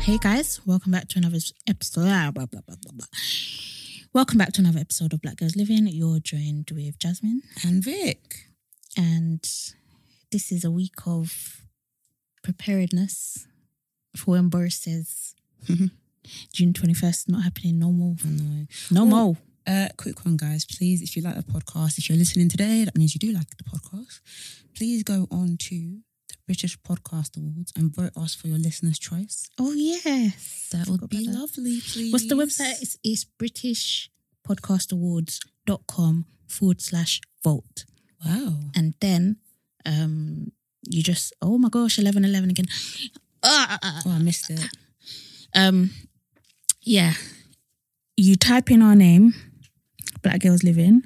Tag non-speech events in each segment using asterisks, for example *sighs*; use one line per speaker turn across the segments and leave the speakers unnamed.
Hey guys, welcome back to another episode. ah, blah, blah, blah, blah, blah. Welcome back to another episode of Black Girls Living. You're joined with Jasmine,
And Vic.
and this is a week of preparedness for when Boris
*laughs*
says June 21st, not happening no more.
No.
No
Well,
more.
Uh, quick one, guys. Please, if you like the podcast, if you're listening today, that means you do like the podcast. Please go on to the British Podcast Awards and vote us for your listener's choice.
Oh, yes.
That
Forgot
would be
about that.
lovely, please.
What's the website? It's, it's britishpodcastawards.com forward slash vote.
Wow.
and then um you just oh my gosh 11 11 again Ah, ah, ah.
Oh, I missed it.
*laughs* um yeah you type in our name black girls living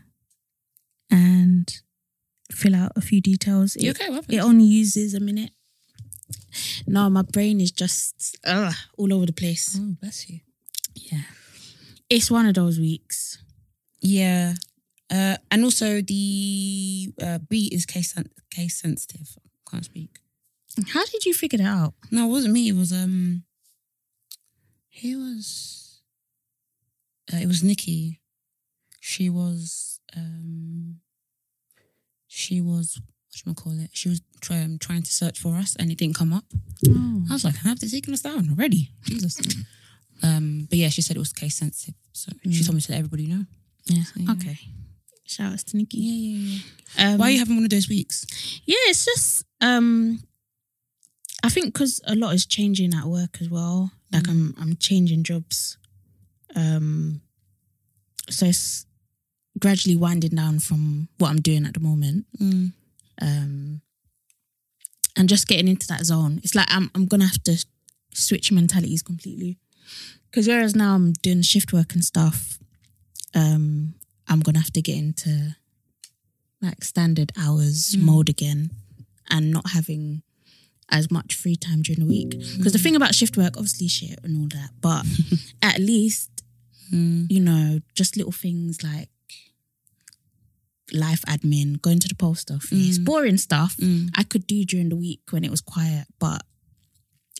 and fill out a few details
You
it,
okay? What
it only uses a minute no my brain is just ugh, all over the place
Oh, bless you.
yeah it's one of those weeks
Yeah. Uh, and also the uh, B is case sen- case sensitive. Can't speak.
how did you figure that out
No, it wasn't me. It was um. He was. Uh, it was Nikki. She was um. She was what do call it? She was try, um, trying to search for us, and it didn't come up.
Mm.
I was like, I have to taken us down already. Jesus. um, but yeah, she said it was case sensitive, so she
Mm.
told me to let everybody know.
yeah
So, yeah.
okay shout outs to nikki
Yeah, yeah, yeah.
um,
Why are you having one of those weeks?
yeah, it's just um, I think because a lot is changing at work as well. Like
Mm.
I'm I'm changing jobs, um, so it's gradually winding down from what I'm doing at the moment,
Mm.
um, and just getting into that zone. It's like I'm I'm gonna have to switch mentalities completely, because whereas now I'm doing shift work and stuff, um, I'm gonna have to get into like standard hours
Mm.
mode again and not having as much free time during the week. Because the thing about shift work, obviously shit and all that, but at least,
Mm.
you know, just little things like life admin, going to the post office,
Mm.
boring stuff
Mm.
I could do during the week when it was quiet, but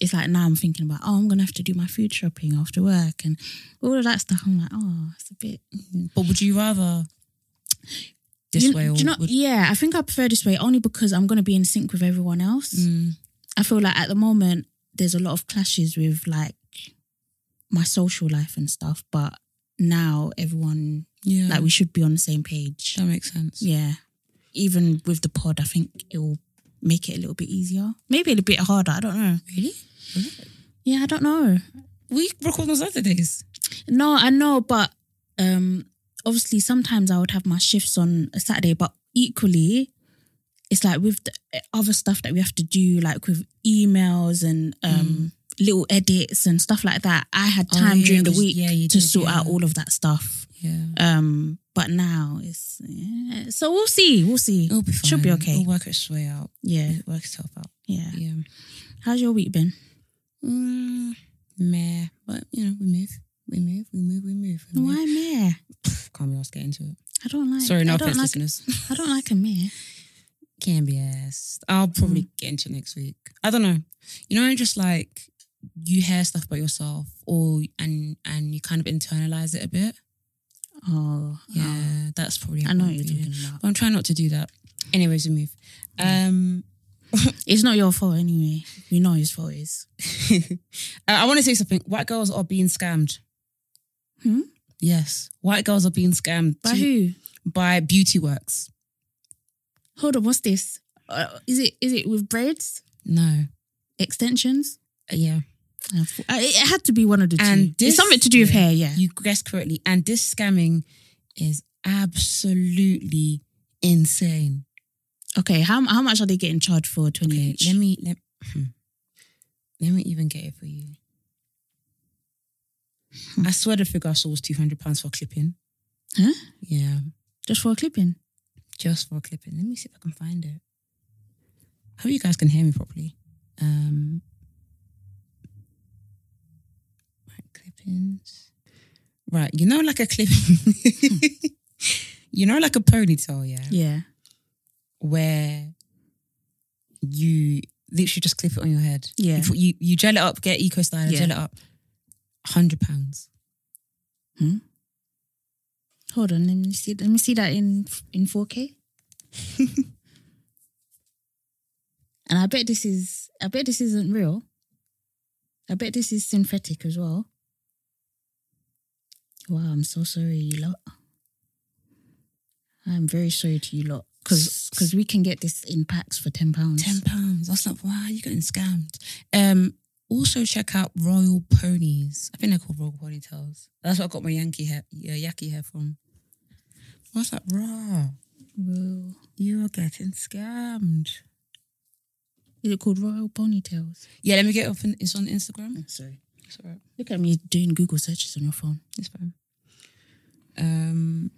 it's like now I'm thinking about, oh, I'm gonna have to do my food shopping after work and all of that stuff. I'm like, oh, it's a bit
But would you rather this
You-
way or
do you know-
would,
yeah, I think I prefer this way only because I'm gonna be in sync with everyone else.
Mm.
I feel like at the moment there's a lot of clashes with like my social life and stuff, but now everyone
yeah,
like we should be on the same page.
that makes sense.
Yeah. Even with the pod, I think it'll make it a little bit easier. Maybe a little bit harder. I don't know.
Really?
Yeah, I don't know.
We record on Saturdays.
No, I know, but um obviously sometimes I would have my shifts on a Saturday, but equally it's like with the eh, other stuff that we have to do, like with emails and um little edits and stuff like that. I had
Mm. Oh,
time
yeah,
during the
'cause-
week
yeah, you
to
did,
sort out
yeah.
all of that stuff.
Yeah.
Um but now it's yeah. so we'll see. We'll see.
It'll be fine.
Should be okay.
It'll work its way out.
Yeah,
It'll work itself out.
yeah.
Yeah.
How's your week been?
Mm, meh. But, you know, we move. We move. We move. We move. We move.
Why mayor?
Can't be asked get into it.
I don't like
Sorry, no
I don't
offense,
like,
listeners.
I don't like a mayor.
Can be asked. I'll probably
Mm.
get into it next week. I don't know. You know, just like you hear stuff about yourself or and and you kind of internalize it a bit.
Oh,
Yeah,
oh.
that's probably.
I know what
how I'm
you're
feeling.
talking about.
But I'm trying not to do that. Anyways, we move. Um, *laughs*
It's not your fault anyway. We know his fault is.
I, I want to say something. White girls are being scammed.
Hmm?
Yes, white girls are being scammed
By
to-
who?
by beauty works.
Hold on, what's this? Uh, is it is it with braids,
No.
extensions?
Uh, Yeah,
Uh, f- uh, it it had to be one of the
And
two.
this-
it's something to do with
yeah.
hair, yeah.
you guessed correctly. And this scamming is absolutely insane.
okay, how how much are they getting charged for? Twenty
Okay,
each.
let me let hmm. let me even get it for you. I swear the figure I saw was two hundred pounds for clipping.
Huh?
Yeah.
Just for a clipping.
just for a clipping. Let me see if I can find it. Hope you guys can hear me properly. Um, right, clippings. Right, you know, like a clipping. *laughs* you know, like a ponytail, yeah,
Yeah.
where you literally just clip it on your head.
Yeah.
You, you, you gel it up, get eco styler,
Yeah.
gel it up. Hundred pounds.
Hold on, let me see. Let me see that in in four K. *laughs* and I bet this is. I bet this isn't real. I bet this is synthetic as well. Wow, I'm so sorry, you lot. I'm very sorry to you lot because because we can get this in packs for ten pounds.
Ten pounds. I was like, wow, you're getting scammed. Um, also check out Royal Ponies. I think they're called Royal Ponytails. That's what I got my Yankee hair, uh, Yaki hair from. I was like, raw,
Royal,
you are getting scammed.
is it called Royal Ponytails?
Yeah, let me get it up. In, it's on Instagram.
Sorry,
It's alright.
look at me doing Google searches on your phone.
It's fine. Um,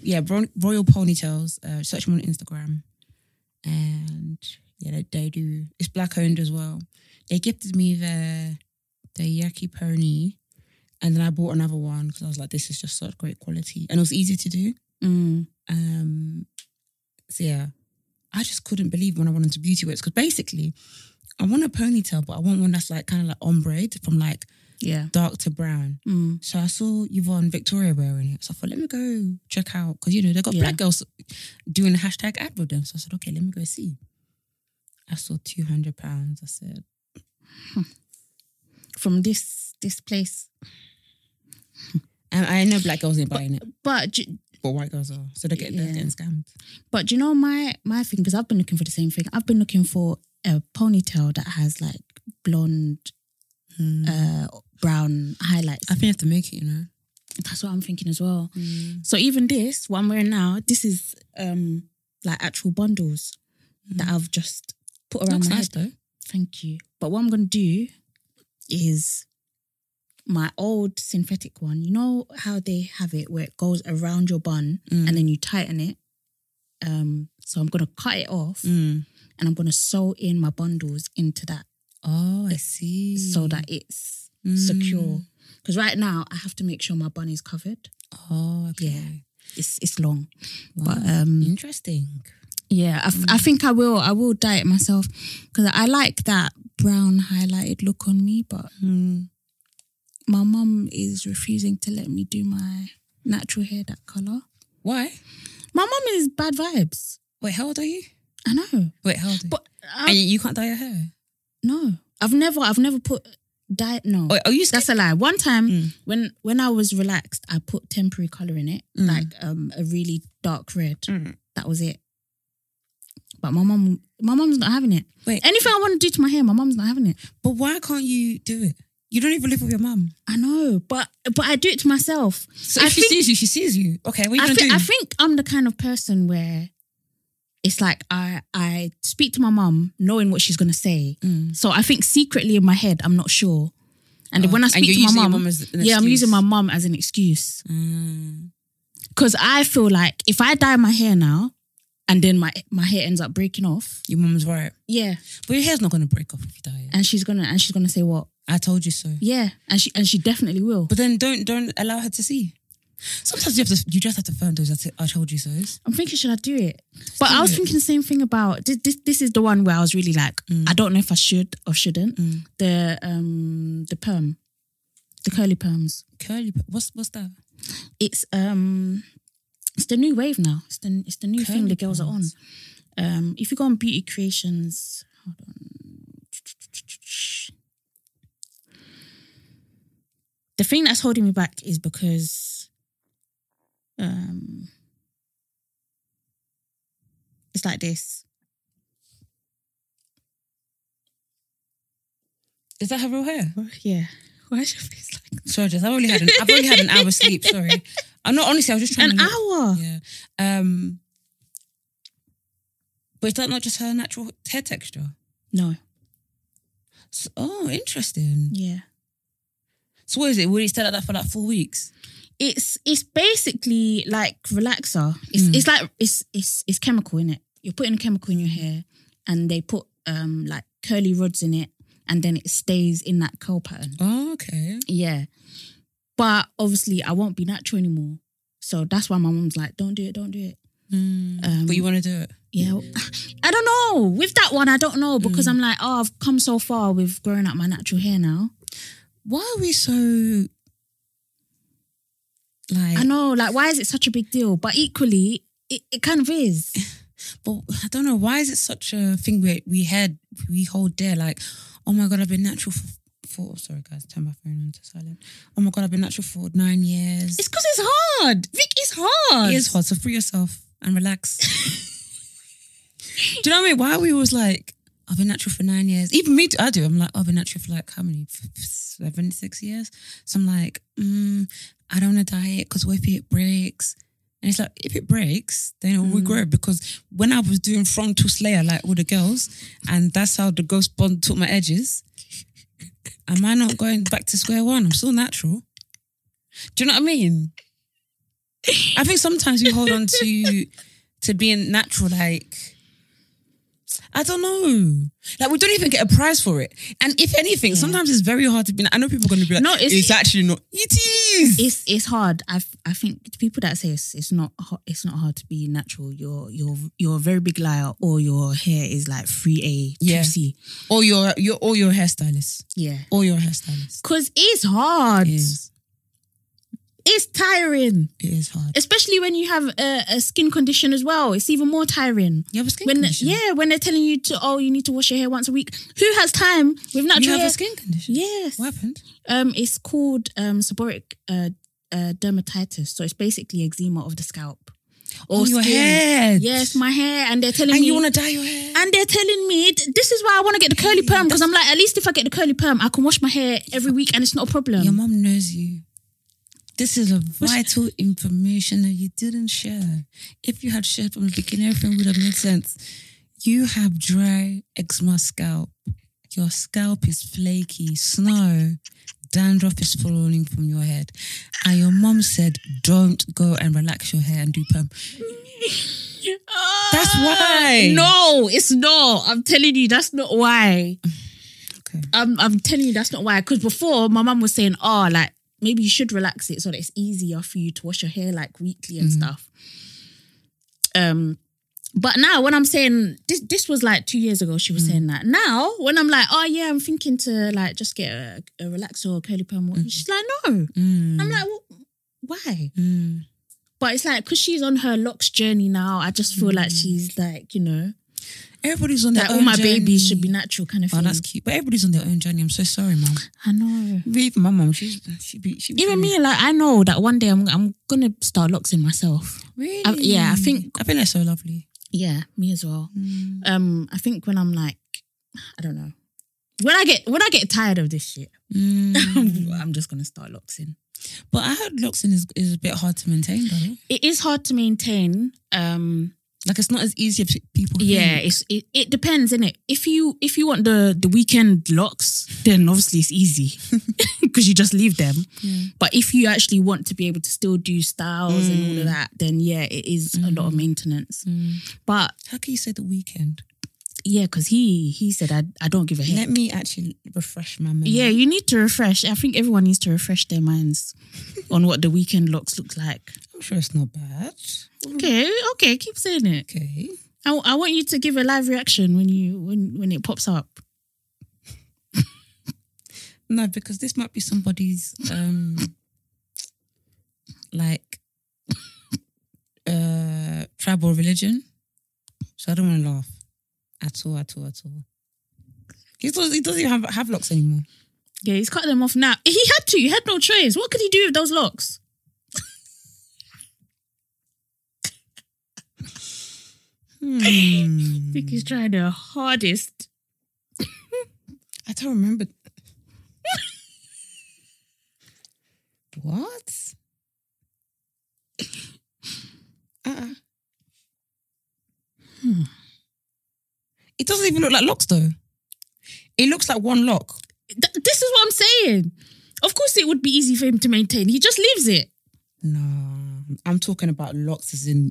yeah, Royal, Royal Ponytails. Uh, search them on Instagram, and yeah, they, they do. It's black owned as well. They gifted me their their Yaki pony, and then I bought another one because I was like, this is just such great quality, and it was easy to do.
Mm.
Um, so yeah, I just couldn't believe when I went into Beauty Works because basically, I want a ponytail, but I want one that's like kind of like ombre from like
Yeah.
dark to brown.
Mm.
So I saw Yvonne Victoria wearing it. So I thought, let me go check out because you know they got
Yeah.
black girls doing the hashtag ad with them. So I said, okay, let me go see. I saw two hundred pounds. I said,
From this this place.
and I know black girls ain't buying it,
But do,
but white girls are. So they're getting,
Yeah.
they're getting scammed.
but do you know my my thing? Because I've been looking for the same thing. I've been looking for a ponytail that has like blonde, uh, brown highlights.
I think you have to make it, you know.
That's what I'm thinking as well. So even this one I'm wearing now, this is um like actual bundles that I've just put around
Mm-hmm. Looks
my
nice
head.
though.
Thank you. But what I'm gonna do is my old synthetic one. You know how they have it where it goes around your bun
Mm.
and then you tighten it. Um, so I'm gonna cut it off
Mm.
and I'm gonna sew in my bundles into that
Oh, I see.
so that it's
Mm.
secure. Because right now I have to make sure my bun is covered.
Oh, okay.
It's it's long,
Wow.
but um,
Interesting.
Yeah, I, f- I
Mm.
think I will. I will dye it myself because I like that brown highlighted look on me. But
Mm.
my mum is refusing to let me do my natural hair that color.
Why?
My mum is bad vibes.
Wait, how old are you?
I know,
Wait, how old? Are you?
but
and
I,
you, you can't dye your hair.
no, I've never, I've never put dye. No,
Wait, are you scared?
that's a lie. One time
Oh, Mm.
when when I was relaxed, I put temporary color in it,
Mm.
like um a really dark red.
Mm.
That was it. But my mum, my mum's not having it.
Wait,
Anything I want to do to my hair, my mum's not having it.
But why can't you do it? You don't even live with your mum.
I know, but but I do it to myself.
So
I
if she
think-
sees you, she sees you. Okay, what are you
I,
gonna
thi-
do?
I think I'm the kind of person where it's like I I speak to my mum knowing what she's gonna say.
Mm. Oh,
So I think secretly in my head I'm not sure. And when I
and
speak
you're
to my
using your
mum,
as an
yeah, I'm using my
excuse.
mum as an excuse
Mm.
because I feel like if I dye my hair now and then my my hair ends up breaking off,
Your mum's right,
yeah,
but your hair's not gonna break off if you dye it.
and she's gonna and she's gonna say what?
I told you so.
Yeah, and she and she definitely will.
But then don't don't allow her to see. Sometimes you have to. You just have to firm those. I, t- I told you so.
I'm thinking, should I do it? But
do
I was
it.
thinking the same thing about this. This, this is the one where I was really like, I don't know if I should or shouldn't.
Mm.
The um the perm, the curly perms.
Curly. pe- What's what's that?
It's um it's the new wave now. It's the it's the new thing
Curly
the girls are on.
perms.
Um, if you go on Beauty Creations, hold on. The thing that's holding me back is because um it's like this.
Is that her real hair?
Yeah. Why is your face like
Sorry, just I've only had an, I've only had an hour's sleep. Sorry, I'm not. Honestly, I was just trying
An
to. look.
hour.
Yeah. Um. But is that not just her natural hair texture?
No.
So, oh, interesting.
Yeah.
So what is it? Will it stay like that for like four weeks?
It's it's basically like relaxer. It's
Mm.
it's like it's it's it's chemical in it. You're putting a chemical in your hair and they put um like curly rods in it and then it stays in that curl pattern.
Oh, okay.
Yeah. But obviously I won't be natural anymore. So that's why my mom's like, don't do it, don't do it.
Hmm.
Um,
but you want to do it.
yeah, I don't know. With that one, I don't know because
Mm.
I'm like, oh, I've come so far with growing out my natural hair now.
Why are we so like?
I know, like, why is it such a big deal? But equally, it, it kind of is.
But I don't know why is it such a thing we we had we hold there like, oh my god, I've been natural for. for oh, sorry guys, turn my phone on to silent. Oh my god, I've been natural for nine years.
It's because it's hard. Vic is hard.
It is hard, so free yourself and relax. do you know what I mean? Why are we always like, I've been natural for nine years. Even me, I do. I'm like, I've been natural for like how many? Seven, six years. So I'm like, mm, I don't want to diet because what if it breaks? And it's like, if it breaks, then it'll regrow. Because when I was doing frontal slayer, like all the girls, and that's how the ghost bond took my edges, am I not going back to square one? I'm still natural. Do you know what I mean? I think sometimes we hold on to to being natural, like I don't know, like we don't even get a prize for it. And if anything, sometimes it's very hard to be. I know people are going to be like,
No,
"No,
it's-
it's, actually not. It is."
It's it's hard. I f- I think the people that say it's it's not ho- it's not hard to be natural. You're you're you're a very big liar, or your hair is like three A,
Yeah.
two C.
or your your or your hairstylist,
Yeah,
or your hairstylist.
because it's hard.
It is.
It's tiring,
It is hard.
especially when you have a, a skin condition as well. It's even more tiring.
You have a skin
When
condition.
yeah, when they're telling you to oh you need to wash your hair once a week. Who has time with natural
you have
hair?
a skin condition.
yes.
What happened?
Um, it's called um seborrheic uh, uh, dermatitis. So it's basically eczema of the scalp or
Oh, your
skin.
head.
Yes, my hair, and they're telling
and
me.
you want to dye your hair.
and they're telling me th- this is why I want to get the curly perm because I'm like, at least if I get the curly perm, I can wash my hair every week and it's not a problem.
Your mom knows you. This is a vital information that you didn't share. If you had shared from the beginning, everything would have made sense. You have dry eczema scalp. Your scalp is flaky, snow, dandruff is falling from your head. And your mom said, don't go and relax your hair and do perm. That's
Ah,
why.
No, it's not. I'm telling you, that's not why.
Okay.
I'm, I'm telling you, that's not why. Because before, my mum was saying, oh, like, maybe you should relax it so that it's easier for you to wash your hair, like, weekly
Mm.
and stuff. Um, But now, when I'm saying this, this was like two years ago,
Mm.
she was saying that. Now, when I'm like, oh, yeah, I'm thinking to, like, just get a, a relaxer or curly perm, or-" she's like, no.
Mm,
I'm like, well, why?
mm.
But it's like, because she's on her locks journey now, I just feel like she's like, you know,
Everybody's on their
like
own
all my
journey.
babies should be natural kind of
Oh,
thing.
that's cute. But everybody's on their own journey. I'm so sorry, mom.
I know.
Even my mom, she's, she be, she be
Even me, like I know that one day I'm I'm gonna start loxing myself.
Really?
I- yeah, I think-
I think that's so lovely.
Yeah, me as well. Um, I think when I'm like, I don't know, when I get when I get tired of this shit, *laughs* I'm just gonna start loxing.
*laughs* but I heard Luxon is, is a bit hard to maintain though.
It is hard to maintain. Um,
Like it's not as easy as people.
yeah,
think.
it's it, it depends, innit? If you if you want the the weekend locks, then obviously it's
*laughs*
easy *laughs* because you just leave them.
Yeah.
But if you actually want to be able to still do styles and all of
Mm.
that, then yeah, it is a lot of maintenance. But
How can you say the weekend?
Yeah, because he he said I I don't give a heck.
Let me actually refresh my memory.
Yeah, you need to refresh. I think everyone needs to refresh their
*laughs*
minds on what the weekend looks looks like.
I'm sure it's not bad. Oh.
Okay, okay, keep saying it.
Okay.
I, I want you to give a live reaction when you when when it pops up.
No, because this might be somebody's um like *laughs* uh tribal religion. So I don't want to laugh at all, at all, at all. He doesn't, he doesn't even have, have locks anymore.
Yeah, he's cut them off now. He had to. He had no choice. What could he do with those locks?
Hmm.
I *laughs* think he's trying their hardest.
I don't remember. what? Uh-uh.
Hmm.
It doesn't even look like locks, though. It looks like one lock.
Th- this is what I'm saying. Of course, it would be easy for him to maintain. He just leaves it.
No, I'm talking about locks as in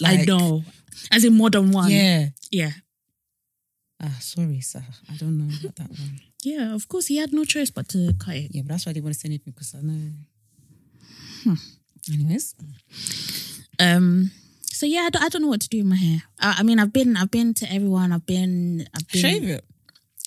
like.
I know, as a modern one.
Yeah.
yeah,
Ah, sorry, sir. I don't know about that one.
yeah. Of course, he had no choice but to cut it.
Yeah, but that's why I Hmm. didn't want to say anything because I know. Anyways,
Um, So yeah, I don't, I don't know what to do with my hair. I, I mean, I've been I've been to everyone. I've been I've been
Shave it.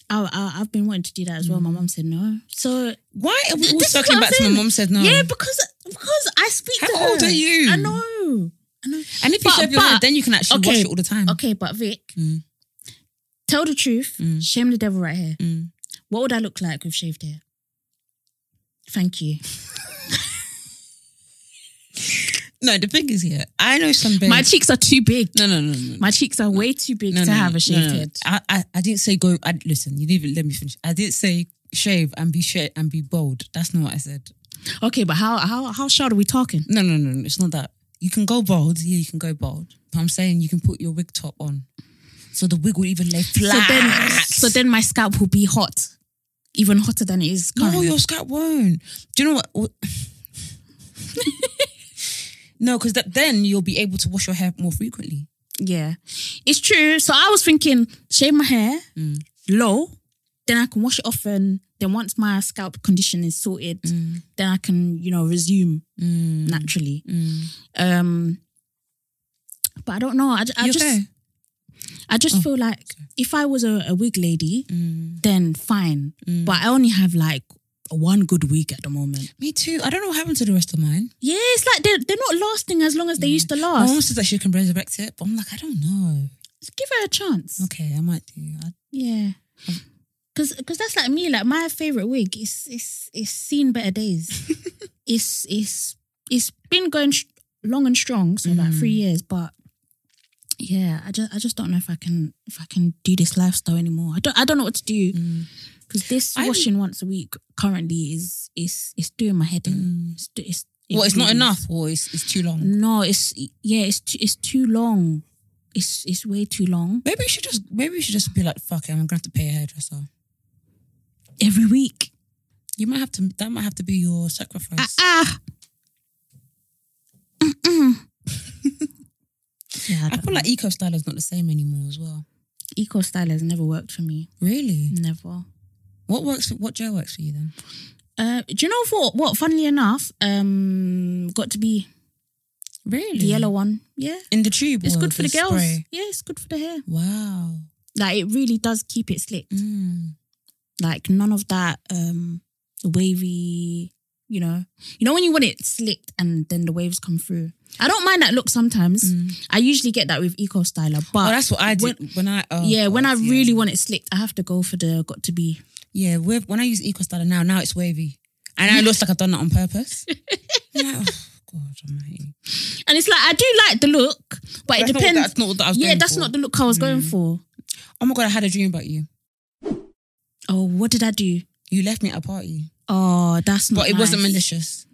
I, I, I've been wanting to do that as well. My mum said no. So
Why are we
This
all
is
circling
what
back
I'm
to my
saying.
mom said no?
yeah, because because I speak to
How old
her.
are you?
I know. I know.
And if you
But-
shave your hair,
but-
then you can actually
okay,
wash it all the time.
Okay, but Vic,
Mm.
tell the truth.
Mm.
Shame the devil right here.
Mm.
What would I look like with shaved hair? Thank
*laughs*
you.
No, the thing is here. I know some babes.
My cheeks are too big.
no, no, no, no.
My cheeks are way too big
no,
to
no,
have
no,
a shaved
no, no.
head.
I, I, I didn't say go. I, listen, you didn't even let me finish. I didn't say shave and be shaved and be bold. That's not what I said.
Okay, but how how how short are we talking?
No, no, no, no. It's not that. You can go bald. Yeah, you can go bald. But I'm saying you can put your wig top on. So the wig will even lay
So
flat.
then so then my scalp will be hot. Even hotter than it is
No,
currently.
your scalp won't. Do you know what? what- *laughs* no, because then you'll be able to wash your hair more frequently.
yeah. It's true. So I was thinking, shave my hair
Mm.
low, then I can wash it off and then once my scalp condition is sorted, then I can, you know, resume Mm. naturally. Um, but I don't know. I, I
You
just,
okay?
I just
Oh,
feel like if I was a, a wig lady, then fine. But I only have like one good wig at the moment.
Me too. I don't know what happened to the rest of mine.
Yeah, it's like they're, they're not lasting as long as they used to
My
last.
mom says that she can resurrect it, but I'm like, I don't know.
Give her a chance.
Okay, I might do. I,
Yeah. Cause, Cause, that's like me. Like my favorite wig is it's it's seen better
*laughs*
days. it's it's it's been going sh- long and strong, so about
Mm.
three years. But yeah, I just I just don't know if I can if I can do this lifestyle anymore. I don't I don't know what to do
Mm.
because this
I'm-
washing once a week currently is is it's doing my head in. It's, do- it's it
well, Mm. it's not
really is.
enough, or it's, it's too long.
No, it's yeah, it's too, it's too long. It's it's way too long
Maybe you should just maybe you should just be like, fuck it, I'm gonna have to pay a hairdresser.
every week.
You might have to that might have to be your sacrifice.
Ah. yeah,
I feel like eco style is not the same anymore as well.
eco style has never worked for me.
Really?
Never.
What works for what gel works for you then?
Uh, do you know what? What? Funnily enough, um, got to be
Really?
the yellow one. Yeah,
in the tube.
it's
or
good for the, girls.
spray?
Yeah, it's good for the hair.
Wow.
Like it really does keep it slick.
Mm.
Like none of that um wavy. You know, you know when you want it slicked and then the waves come through. I don't mind that look sometimes. I usually get that with eco styler, but
Oh, that's what I did when, I. oh,
yeah, when I
God, yeah.
really want it slicked, I have to go for the got to be.
yeah with, when I use eco styler now now it's wavy and it looks like I've done that on
*laughs*
purpose. I'm like, oh, God Almighty.
And it's like I do like the look, but it
That's not what-
depends.
that's not what I was
yeah,
going
that's
for. Mm.
not the look I was going for.
Oh my God! I had a dream about you.
Oh, what did I do?
You left me at a party,
Oh, that's not.
but it wasn't
nice.
malicious.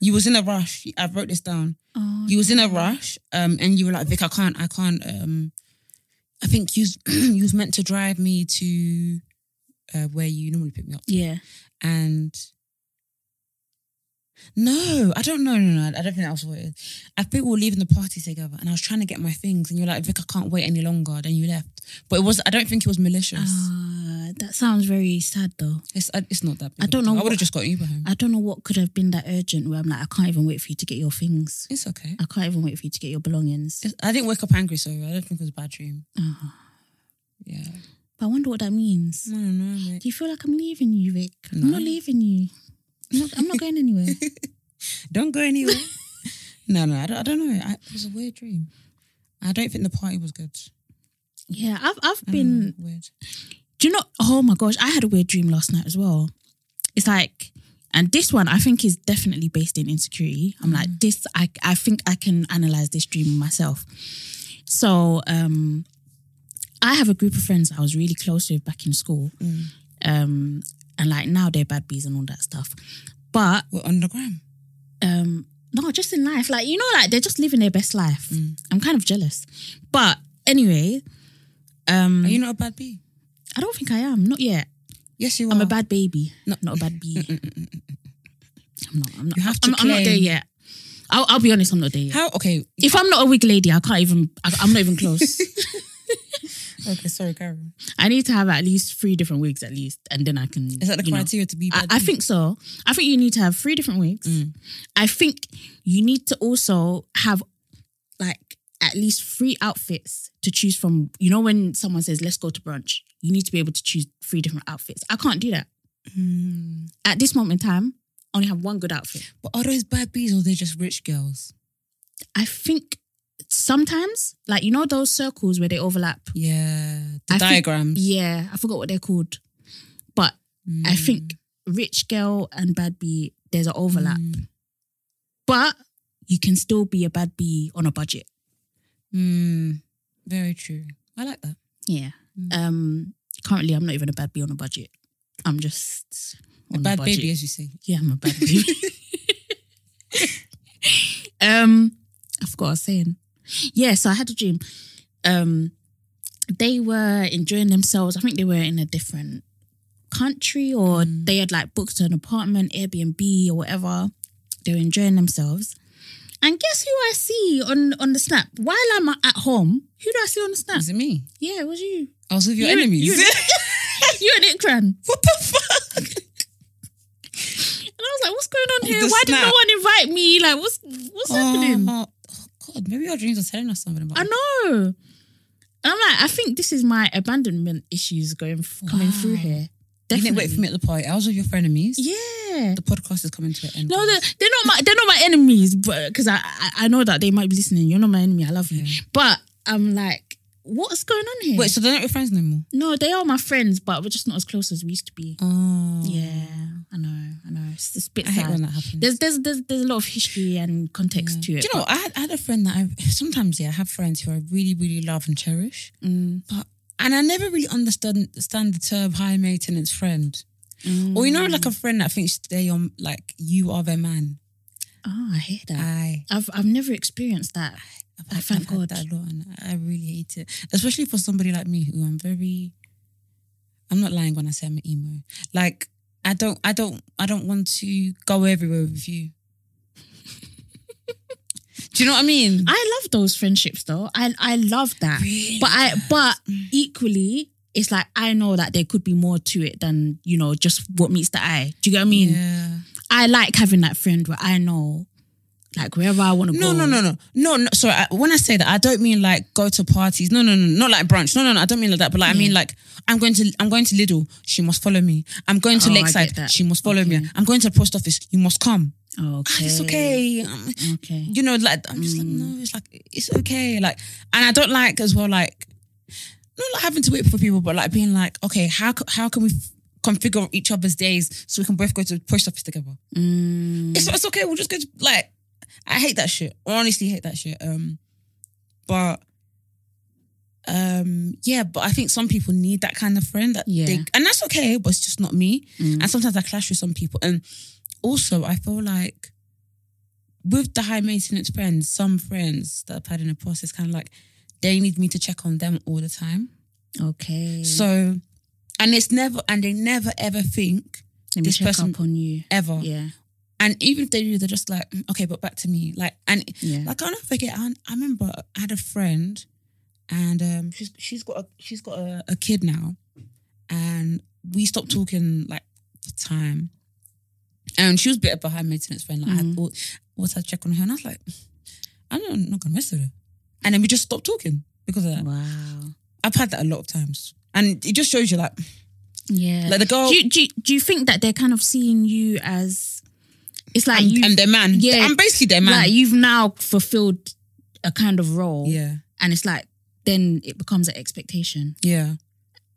You was in a rush. I wrote this down.
Oh,
you was in a rush, um, and you were like, Vic, I can't, I can't. Um, I think you you was *clears throat* meant to drive me to uh, where you normally pick me up,
yeah.
and no, I don't know, no, no, I don't think that was what it is. I think we were leaving the party together, and I was trying to get my things, and you're like, Vic, I can't wait any longer. Then you left, but it was, I don't think it was malicious.
Ah, that sounds very sad though.
it's, I- it's not that. Big
I
of a
don't know
deal. I
what-
would have just got Uber home.
I don't know what could have been that urgent where I'm like, I can't even wait for you to get your things.
it's okay.
I can't even wait for you to get your belongings.
It's- I didn't wake up angry, so I don't think it was a bad dream.
Ah,
Yeah.
but I wonder what that means.
I don't know, mate.
Do you feel like I'm leaving you, Vic? I'm
No.
not leaving you. I'm not, I'm not going
*laughs*
anywhere.
Don't go anywhere. *laughs* no, no, I don't, I don't know. I, it was a weird dream. I don't think the party was good.
yeah, I've I've
I
been
don't know, weird.
Do you know? Oh my gosh, I had a weird dream last night as well. It's like, and this one I think is definitely based in insecurity. I'm like, this, I, I think I can analyze this dream myself. So, um, I have a group of friends I was really close with back in school. Um, and like now they're bad bees and all that stuff. But
We're on the gram.
um no just in life like you know like they're just living their best life i'm kind of jealous but anyway um
Are you not a bad bee?
i don't think i am not yet
Yes, you are.
I'm a bad baby.
No.
Not a bad bee. *laughs* I'm not. I'm not.
You have to
I'm, I'm not there
claim-
yet. I'll, I'll be honest. I'm not there yet.
How? Okay.
If I'm not a wig lady, I can't even. I, I'm not even
*laughs*
close.
Okay, sorry, Karen.
I need to have at least three different wigs, at least, and then I can.
Is that the
you know.
criteria to be
I,
bad?
I
bee?
think so. I think you need
Mm.
to have three different wigs. I think you need to also have like at least three outfits to choose from. You know, when someone says, let's go to brunch, you need to be able to choose three different outfits. I can't do that.
Mm.
At this moment in time, I only have one good outfit.
But are those bad bees or they're just rich girls?
I think sometimes, like, you know, those circles where they overlap.
Yeah, the
I think-
diagrams.
Yeah, I forgot what they're called. But I
Mm.
think rich girl and bad bee, there's an overlap.
Mm.
But you can still be a bad bee on a budget.
Mm. Very true. I like that.
Yeah.
Mm.
Um. Currently, I'm not even a bad bee on a budget. I'm just
A
on
bad
budget.
baby, as you say.
Yeah, I'm a bad baby. um, I forgot what I was saying. Yeah, so I had a dream. Um, they were enjoying themselves. I think they were in a different country or
Mm.
they had like booked an apartment, Airbnb or whatever. They were enjoying themselves. And guess who I see on on the snap? While I'm at home, who do I see on the snap?
Is it me?
Yeah, it was you.
I was with your
Ah. You-
enemies.
You,
*laughs*
you and *laughs* Ikran.
what the fuck?
And I was like, what's going on here?
The
Why did no
snap.
one invite me? Like, what's what's happening?
Oh, oh, God, maybe our dreams are telling us something about
I know. And I'm like, I think this is my abandonment issues going coming
Wow.
through here.
You
Definitely.
didn't wait for me at the party. I was with your frenemies.
Yeah.
The podcast is coming to an end.
No, they're, they're not my they're not my enemies, but because I, I I know that they might be listening. You're not my enemy. I love you,
Yeah.
but I'm like, what's going on here?
Mm. Wait, so they're not your friends no more?
no, they are my friends, but we're just not as close as we used to be.
Oh.
Yeah, I know, I know. It's, it's a bit
I hate
sad.
when that happens.
There's there's there's there's a lot of history and context
Yeah.
to it.
Do you know what? I had, I had a friend that I *laughs* sometimes, yeah, I have friends who I really, really love and cherish.
but- Mm,
But and I never really understood understand the term high maintenance friend.
mm.
Or you know, like a friend that thinks they your like you are their man.
Oh, I hear that.
I
I've I've never experienced that.
I've,
Oh,
had-
thank
I've had
God.
that a lot and I really hate it. Especially for somebody like me who I'm very I'm not lying when I say I'm an emo. Like I don't I don't I don't want to go everywhere with you. *laughs* Do you know what I mean?
I love those friendships though. I I love that.
Really?
But I but equally, it's like I know that there could be more to it than, you know, just what meets the eye. Do you get what I mean?
yeah.
I like having that friend where I know like wherever I want to
No,
go.
no, no, no, no, no. Sorry, I, when I say that, I don't mean like go to parties. No, no, no, not like brunch. No, no, no. I don't mean like that. But like, I mean like I'm going to I'm going to Lidl. She must follow me. I'm going to
Oh, I get
Lakeside.
that.
She must follow
Okay.
me. I'm going to the post office. You must come.
no. Okay.
Ah,
Hmm.
It's okay. Um,
Oh, Okay.
You know, like I'm just like no. It's like it's okay. Like, and I don't like as well like not like having to wait for people, but like being like, okay, how c- how can we f- configure each other's days so we can both go to the post office together?
Mm,
it's, it's okay. We'll just go to like. I hate that shit. I honestly hate that shit. Um, but um, yeah. But I think some people need that kind of friend. That
Yeah.
they, and that's okay. But it's just not me.
Mm.
And sometimes I clash with some people. And also, I feel like with the high maintenance friends, some friends that I've had in the process, kind of like they need me to check on them all the time.
okay.
So, and it's never, and they never ever think
Let me
this
check
person- Oh.
up on you.
ever.
Yeah.
And even if they do, they're just like, "Mm, okay, but back to me. Like, and
Yeah.
like I'll never forget. I, I remember I had a friend, and um, she's she's got a she's got a, a kid now, and we stopped talking like for time. And she was a bit of a high maintenance friend. Like I
Mhm.
thought, what's I check on her? And I was like, I'm not, I'm not gonna mess with her. And then we just stopped talking because of that.
wow.
I've had that a lot of times, and it just shows you like
Yeah.
like the girl
do, you, do, you, do you think that they're kind of seeing you as it's like
and,
you
and their man.
Yeah.
I'm basically their man.
like you've now fulfilled a kind of role
yeah,
and it's like then it becomes an expectation
yeah.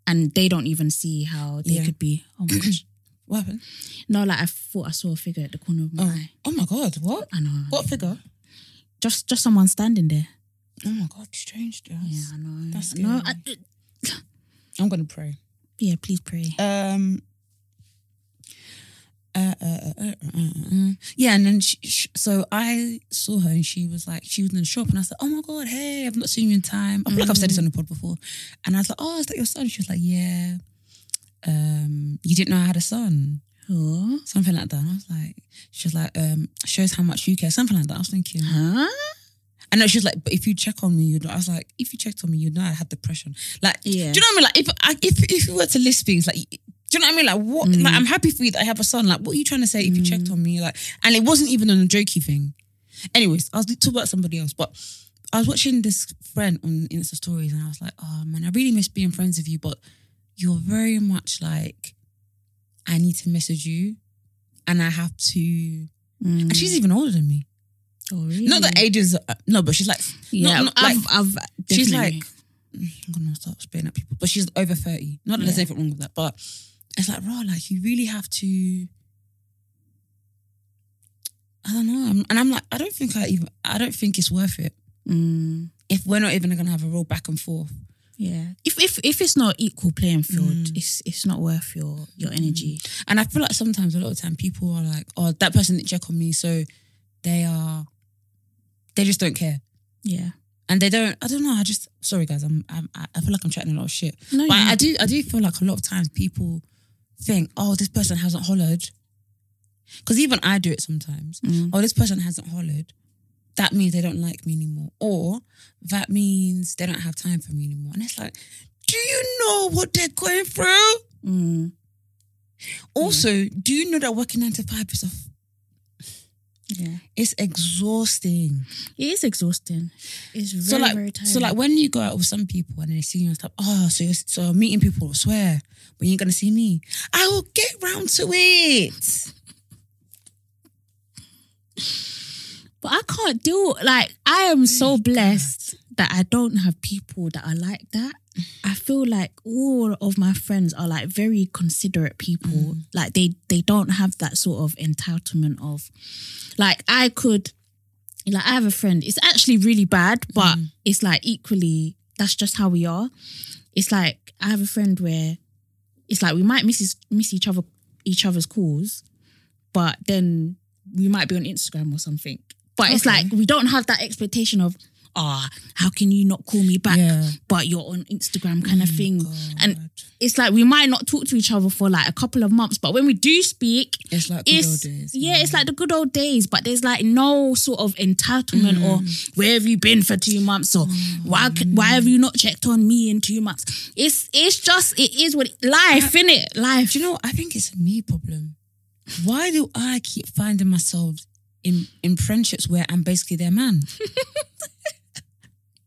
and they don't even see how they
Yeah.
could be oh my
*clears throat*
gosh
What happened?
no like i thought i saw a figure at the corner of my
Oh,
eye
oh my god, what?
i know
What figure?
just just someone standing there
Oh my god, strange dress.
yeah i know
That's
no I,
I'm gonna pray.
yeah please pray
Um. Uh, uh, uh, uh, uh, uh. Yeah, and then she, sh so I saw her and she was like, she was in the shop and I said, Oh my God, hey, I've not seen you in time. I feel like I've said this on the pod before. And I was like, Oh, is that your son? She was like, Yeah. Um, you didn't know I had a son.
oh.
Something like that. And I was like, She was like, um, shows how much you care. Something like that. I was thinking,
huh
I know she was like, but if you check on me, you know. I was like, if you checked on me, you know, I had depression. Like,
Yeah.
do you know what I mean? Like, if I, if if you were to list things, like, do you know what I mean? Like, what?
Mm.
Like, I'm happy for you that I have a son. Like, what are you trying to say? If you checked on me, like, and it wasn't even on a jokey thing. Anyways, I was talking about somebody else, but I was watching this friend on Insta stories, and I was like, "Oh man, I really miss being friends with you." But you're very much like, I need to message you, and I have to.
Mm,
And she's even older than me.
Oh, really?
Not that ages. uh, No, but she's like,
Yeah,
not- not
I've,
like-
I've
she's
definitely-
like, I'm gonna start spitting at people, but she's over thirty. Not that there's anything wrong with that, but it's like, raw. Like you really have to. I don't know, I'm, and I'm like, I don't think I even, I don't think it's worth it
Mm,
if we're not even gonna have a real back and forth.
yeah. If if if it's not equal playing field,
Mm.
it's it's not worth your your energy.
And I feel like sometimes a lot of time people are like, oh, that person didn't check on me, so they are, they just don't care,
Yeah.
and they don't. I don't know. I just sorry guys, I'm, I'm I feel like I'm chatting a lot of shit.
No,
But
you're
I, I
not.
do I do feel like a lot of times people think, oh, this person hasn't hollered. Because even I do it sometimes.
Mm.
Oh, this person hasn't hollered. That means they don't like me anymore. Or that means they don't have time for me anymore. And it's like, do you know what they're going through?
Mm,
Also, do you know that working nine to five is a,
yeah.
it's exhausting.
It is exhausting. It's very
so like
very tiring.
so like when you go out with some people and they see you and stuff, oh, so you're so you're meeting people, I swear, but you ain't gonna see me. I will get round to it.
But I can't deal. Like I am so blessed that I don't have people that are like that. I feel like all of my friends are like very considerate people. Like they they don't have that sort of entitlement of, like I could, like I have a friend. It's actually really bad, but it's like equally that's just how we are. It's like I have a friend where, it's like we might miss his- miss each other each other's calls, but then we might be on Instagram or something. But it's
Okay.
like we don't have that expectation of, ah, how can you not call me back?
Yeah.
But you're on Instagram kind of thing. And
Oh, God.
it's like we might not talk to each other for like a couple of months, but when we do speak,
It's like good old
it's
days.
yeah, it's like the good old days, but there's like no sort of entitlement or where have you been for two months or why c- why have you not checked on me in two months? It's it's just it is what life in it life.
Do you know? what? I think it's a me problem. Why do I keep finding myself in in friendships where I'm basically
*laughs*
their man?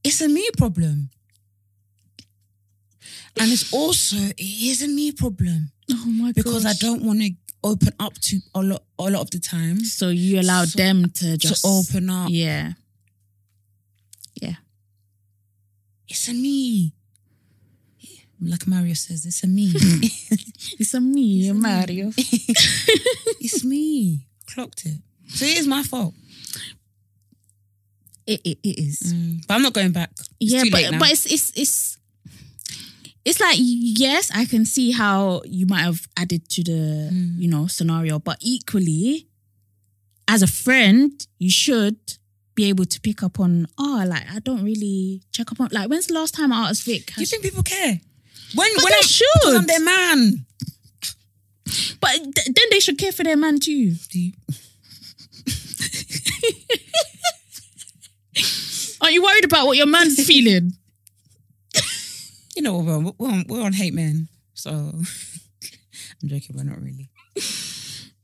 it's a me problem, and it's also it is a me problem
Oh my god!
because I don't want to open up to a lot a lot of the time
So you allow them to
to
just
open up.
Yeah. Yeah.
It's a me. Like Mario says, it's a
*laughs*
me.
It's a me, Mario.
it's me. Clocked it. So it is my fault.
*laughs* It, it, it is.
But I'm not going back. It's
yeah,
too
but
late now.
but it's it's it's it's like yes, I can see how you might have added to the
Mm.
you know scenario, but equally, as a friend, you should be able to pick up on oh like I don't really check up on like when's the last time I asked Vic?
Do you think people care? When
But
when
they
I'm,
should.
because I'm their man.
but th- then they should care for their man too. Aren't you worried about what your man's
*laughs*
feeling?
You know what? We're on, we're on, we're on hate men, so *laughs* I'm joking. We're not really.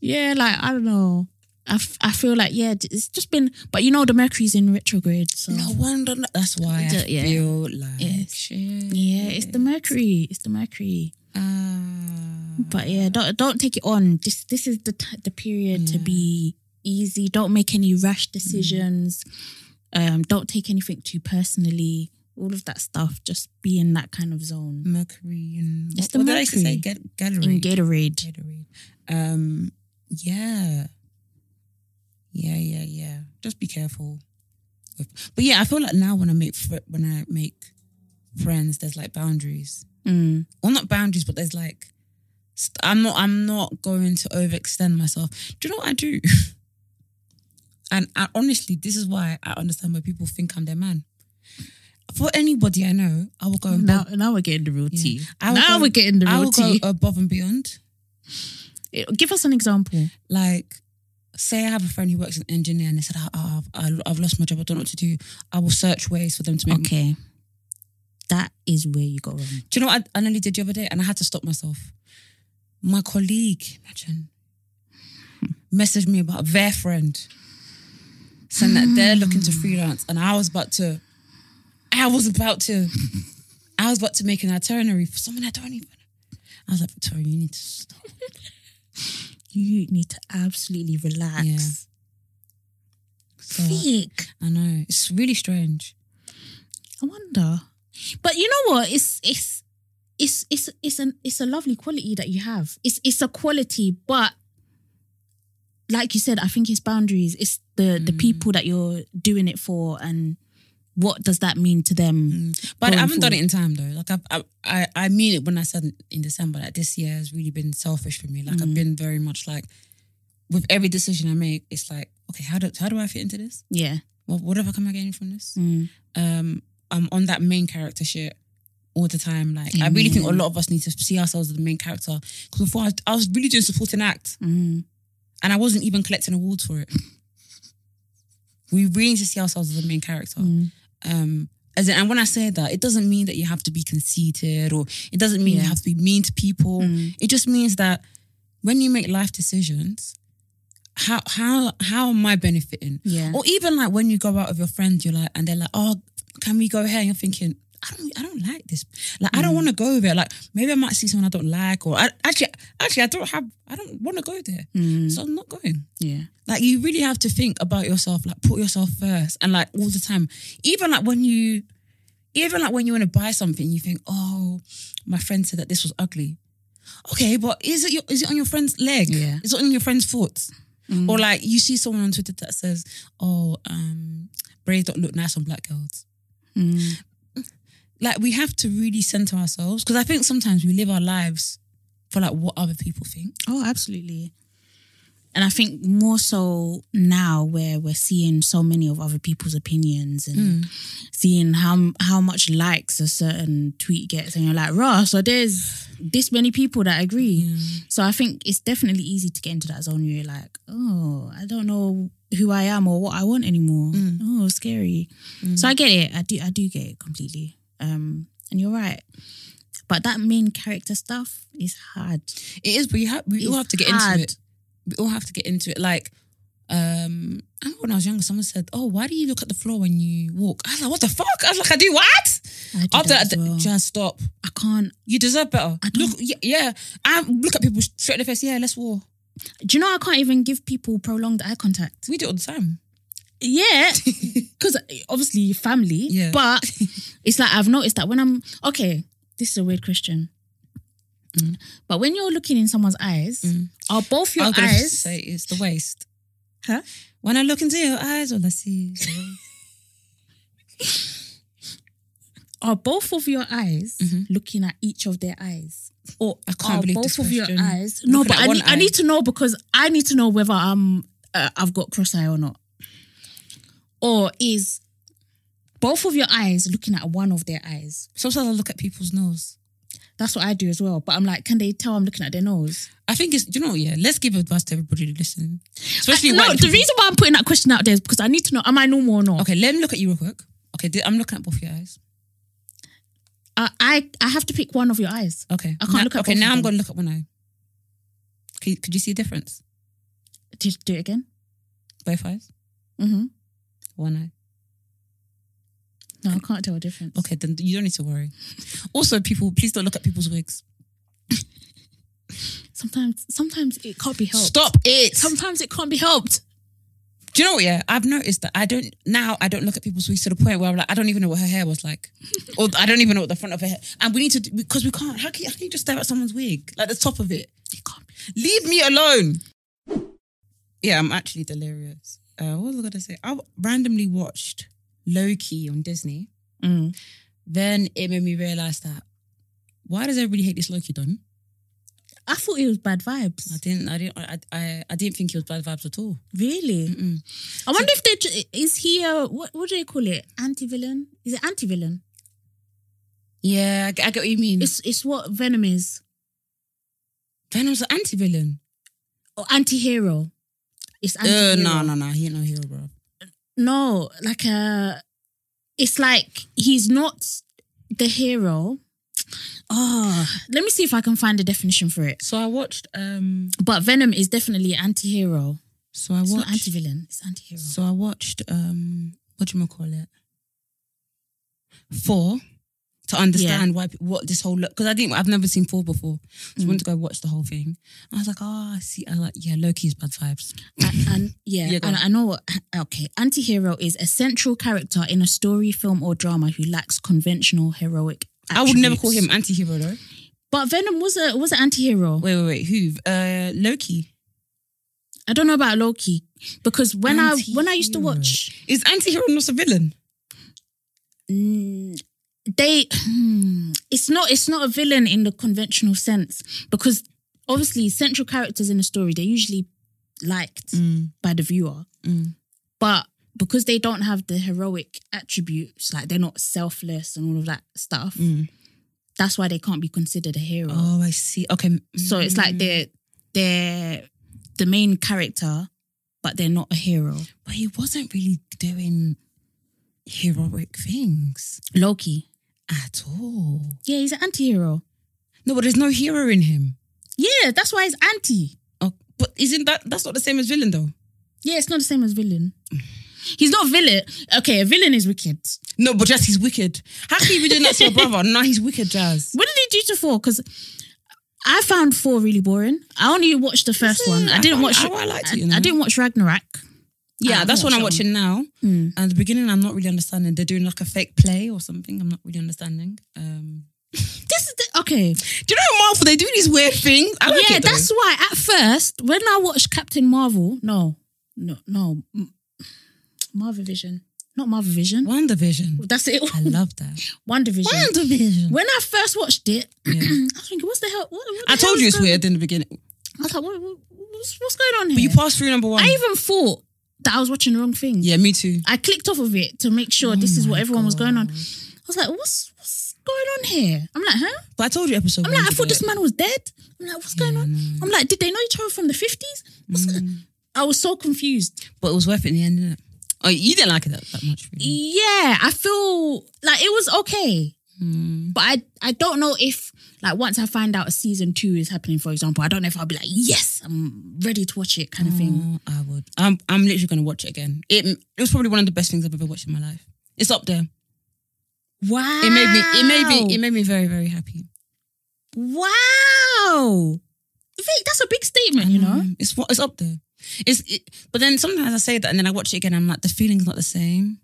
Yeah, like I don't know. I, f- I feel like yeah, j- it's just been. But you know, the Mercury's in retrograde, so
No wonder. no- That's why I
Yeah.
feel like
Yes.
shit.
yeah, it's the Mercury. It's the Mercury.
Ah.
But yeah, don't don't take it on. This this is the t- the period to be easy. Don't make any rash decisions. Um, don't take anything too personally. All of that stuff. Just be in that kind of zone.
Mercury and
It's
what,
the
what did I used to say?
Mercury.
Ga- Gatorade.
In Gatorade.
Gatorade. Um, yeah, yeah, yeah, yeah. Just be careful. with- But yeah, I feel like now when I make fr- when I make friends, there's like boundaries.
Mm.
Well, not boundaries, but there's like st- I'm not I'm not going to overextend myself. Do you know what I do? *laughs* and I, honestly, this is why I understand why people think I'm their man. For anybody I know, I will go and
Now now we're getting the real tea.
I will
Now
go-
we're getting the
I
real
will go
tea.
above and beyond.
Give us an example.
Like, say I have a friend who works as an engineer and they said, oh, I've, I've lost my job, I don't know what to do. I will search ways for them to make
Okay, that is where you got wrong.
Do you know what I, I nearly did the other day? And I had to stop myself. My colleague, imagine, messaged me about their friend saying that they're looking to freelance. And I was about to I was about to, I was about to make an itinerary for someone I don't even. I was like, Victoria, you need to stop.
You need to absolutely relax.
Yeah. So,
Fake.
I know it's really strange.
I wonder. But you know what? It's it's it's it's it's an it's a lovely quality that you have. It's it's a quality, but like you said, I think it's boundaries. It's the the people that you're doing it for, and what does that mean to them?
But
Going
I haven't done it in time though. Like I've- I, I, I mean it when I said in December. Like this year has really been selfish for me. Like I've been very much like, with every decision I make, it's like, okay, how do how do I fit into this?
Yeah.
What what have I come out getting from this? Um, I'm on that main character shit all the time. Like I really think a lot of us need to see ourselves as the main character. Because before I was, I was really doing supporting act,
Mm-hmm.
and I wasn't even collecting awards for it. *laughs* we really need to see ourselves as the main character. Um, as in, and when I say that, it doesn't mean that you have to be conceited or it doesn't mean you
Yeah.
have to be mean to people. It just means that when you make life decisions, how how how am I benefiting?
Yeah.
Or even like when you go out with your friends, you're like, and they're like, oh, can we go here? And you're thinking, I don't I don't like this. Like I don't want to go there. Like maybe I might see someone I don't like, or I, actually actually I don't have I don't want to go there, so I'm not going.
Yeah.
Like you really have to think about yourself, like put yourself first, and like all the time. Even like when you, even like when you want to buy something, you think, "Oh, my friend said that this was ugly." Okay, but is it your, is it on your friend's leg?
Yeah.
Is it on your friend's foot? Or like you see someone on Twitter that says, "Oh, um, braids don't look nice on black girls."
Mm.
Like we have to really center ourselves because I think sometimes we live our lives for like what other people think.
Oh, absolutely. And I think more so now where we're seeing so many of other people's opinions and seeing how how much likes a certain tweet gets and you're like, rah, so there's this many people that agree. So I think it's definitely easy to get into that zone where you're like, oh, I don't know who I am or what I want anymore. Oh, scary. So I get it. I do I do get it completely. Um and you're right. But that main character stuff is hard.
It is, but you have we all
It's
have to get
hard.
into it. We all have to get into it. Like, um, I remember when I was younger, someone said, "Oh, why do you look at the floor when you walk?" I was like, "What the fuck?" I was like, "I do what?"
I do that
After that, I
as
d-
well.
just stop.
I can't.
You deserve better.
I don't-
Look, yeah, yeah. I look at people straight in the face. Yeah, let's war.
Do you know I can't even give people prolonged eye contact?
We do it all the time.
*laughs* Yeah, because obviously family.
Yeah.
*laughs* But it's like I've noticed that when I'm okay, this is a weird question. But when you're looking in someone's eyes, are both your
I was gonna
eyes?
say it's the waist.
Huh?
When I look into your eyes, all I see. Is the waist.
Are both of your eyes looking at each of their eyes? *laughs* Or
I can't
are
believe
both
this
of your
question.
eyes? No,
Looking
but
at
I
one
need, I
eye.
need to know because I need to know whether I'm uh, I've got cross eye or not, or is both of your eyes looking at one of their eyes?
Sometimes I look at people's nose.
That's what I do as well. But I'm like, can they tell I'm looking at their nose?
I think it's you know yeah. Let's give advice to everybody listening, especially
I- no,
white
the
people.
reason why I'm putting that question out there is because I need to know: am I normal or not?
Okay, let me look at you real quick. Okay, th- I'm looking at both your eyes.
I, Uh, I I have to pick one of your eyes.
Okay,
I can't
Now-
look at
Okay,
both of
now I'm
them.
going to look at one eye. Could you, could you see a difference?
Do, do it again.
Both eyes,
Mm-hmm.
one eye.
No, I can't tell a difference.
Okay, then you don't need to worry. Also, people, please don't look at people's wigs.
Sometimes, sometimes it can't be helped.
Stop it.
Sometimes it can't be helped.
Do you know what? Yeah, I've noticed that I don't now. I don't look at people's wigs to the point where I'm like, I don't even know what her hair was like, or I don't even know what the front of her hair. And we need to because we can't. How can, you, how can you just stare at someone's wig like the top of it?
It can't be.
Leave me alone. Yeah, I'm actually delirious. Uh, what was I going to say? I randomly watched Loki on Disney.
Mm.
Then it made me realize that why does everybody hate this Loki done?
I thought it was bad vibes.
I didn't. I didn't. I. I, I didn't think it was bad vibes at all.
Really? I wonder if they ju- is he a what? What do they call it? Anti villain? Is it anti villain?
Yeah, I, get- I get what you mean.
It's it's what Venom is
Venom's an anti-villain.
or anti hero. It's
Uh,
anti-hero.
no, no, no. He ain't no hero, bro.
no, like a, it's like he's not the hero.
Ah.
Oh, let me see if I can find a definition for it.
So I watched. Um.
But Venom is definitely anti-hero.
So I
It's
watched.
not anti-villain. It's anti-hero.
so I watched. Um. What do you call it? four to understand why what this whole because I didn't I've never seen four before, so I wanted to go watch the whole thing. I was like, oh, I see. I was like, yeah, Loki's bad vibes.
and, Uh,
*laughs*
and yeah,
Yeah, go
and I know what. *laughs* Okay, anti-hero is a central character in a story, film, or drama who lacks conventional heroic.
I would never call
attributes.
him anti-hero though.
But Venom was a was an anti-hero.
Wait, wait, wait. Who? Uh, Loki
I don't know about Loki because when I when I used to
Anti-hero.
watch,
is anti-hero not a villain?
mm, they hmm, it's not it's not a villain in the conventional sense because obviously central characters in a story they're usually liked by the viewer,
Mm.
but because they don't have the heroic attributes, like they're not selfless and all of that stuff,
Mm.
that's why they can't be considered a hero.
Oh, I see. Okay,
So it's like
the
they're they're the main character, but they're not a hero.
but he wasn't really doing heroic things
Loki.
at all.
Yeah, he's an anti-hero.
No, but there's no hero in him.
Yeah, that's why he's anti.
Oh, but isn't that that's not the same as villain though?
Yeah, it's not the same as villain. He's not villain. Okay, a villain is wicked.
No, but Jazz, he's wicked. How can you be doing that to your brother? No, he's wicked, Jazz.
What did he do to four? Because I found four really boring. I only watched the first one. I didn't
I-
watch.
I- I liked it,
I-
you know.
I didn't watch Ragnarok.
*laughs* Yeah,
I
that's what
watched
I'm
that
watching Hmm. now.
Mm.
And the beginning, I'm not really understanding. They're doing like a fake play or something. I'm not really understanding. Um,
This is the, okay.
do you know Marvel? They do these weird things. I like
yeah,
it, though.
that's why at first when I watched Captain Marvel, no, no, no, M- Marvel Vision, not Marvel Vision.
Wonder Vision.
That's it.
I love that.
*laughs* One Division.
Wonder Vision.
When I first watched it, *clears throat*
Yeah.
I was thinking, "What's the hell? What, what the
I told
hell is
you it's
going-
weird in the beginning,
I was like, what, what- what's, "What's going on here?"
but you passed through number one.
I even thought that I was watching the wrong thing.
yeah, me too.
I clicked off of it to make sure this is
my
what everyone was going on.
God.
I was like, "What's what's going on here?" I'm like, "Huh?"
But I told you episode.
I'm
one
like, "I
was
thought
weird.
this man was dead." I'm like, "What's going
Yeah, Mm.
on?"
no.
I'm like, "Did they know each other from the 50s?" What's go-" I was so confused.
But it was worth it in the end, didn't it? Oh, you didn't like it that, that much, really.
Yeah, I feel like it was okay.
Mm.
But I I don't know if like once I find out a season two is happening, for example, I don't know if I'll be like, yes, I'm ready to watch it kind of thing.
Oh, I would. I'm. I'm literally gonna watch it again. It. It was probably one of the best things I've ever watched in my life. It's up there.
Wow.
It made me. It made me. It made me very, very happy.
Wow. Vic, that's a big statement, you know?
Mm. it's what. It's up there. It's. It, but then sometimes I say that, and then I watch it again. I'm like, the feeling's not the same.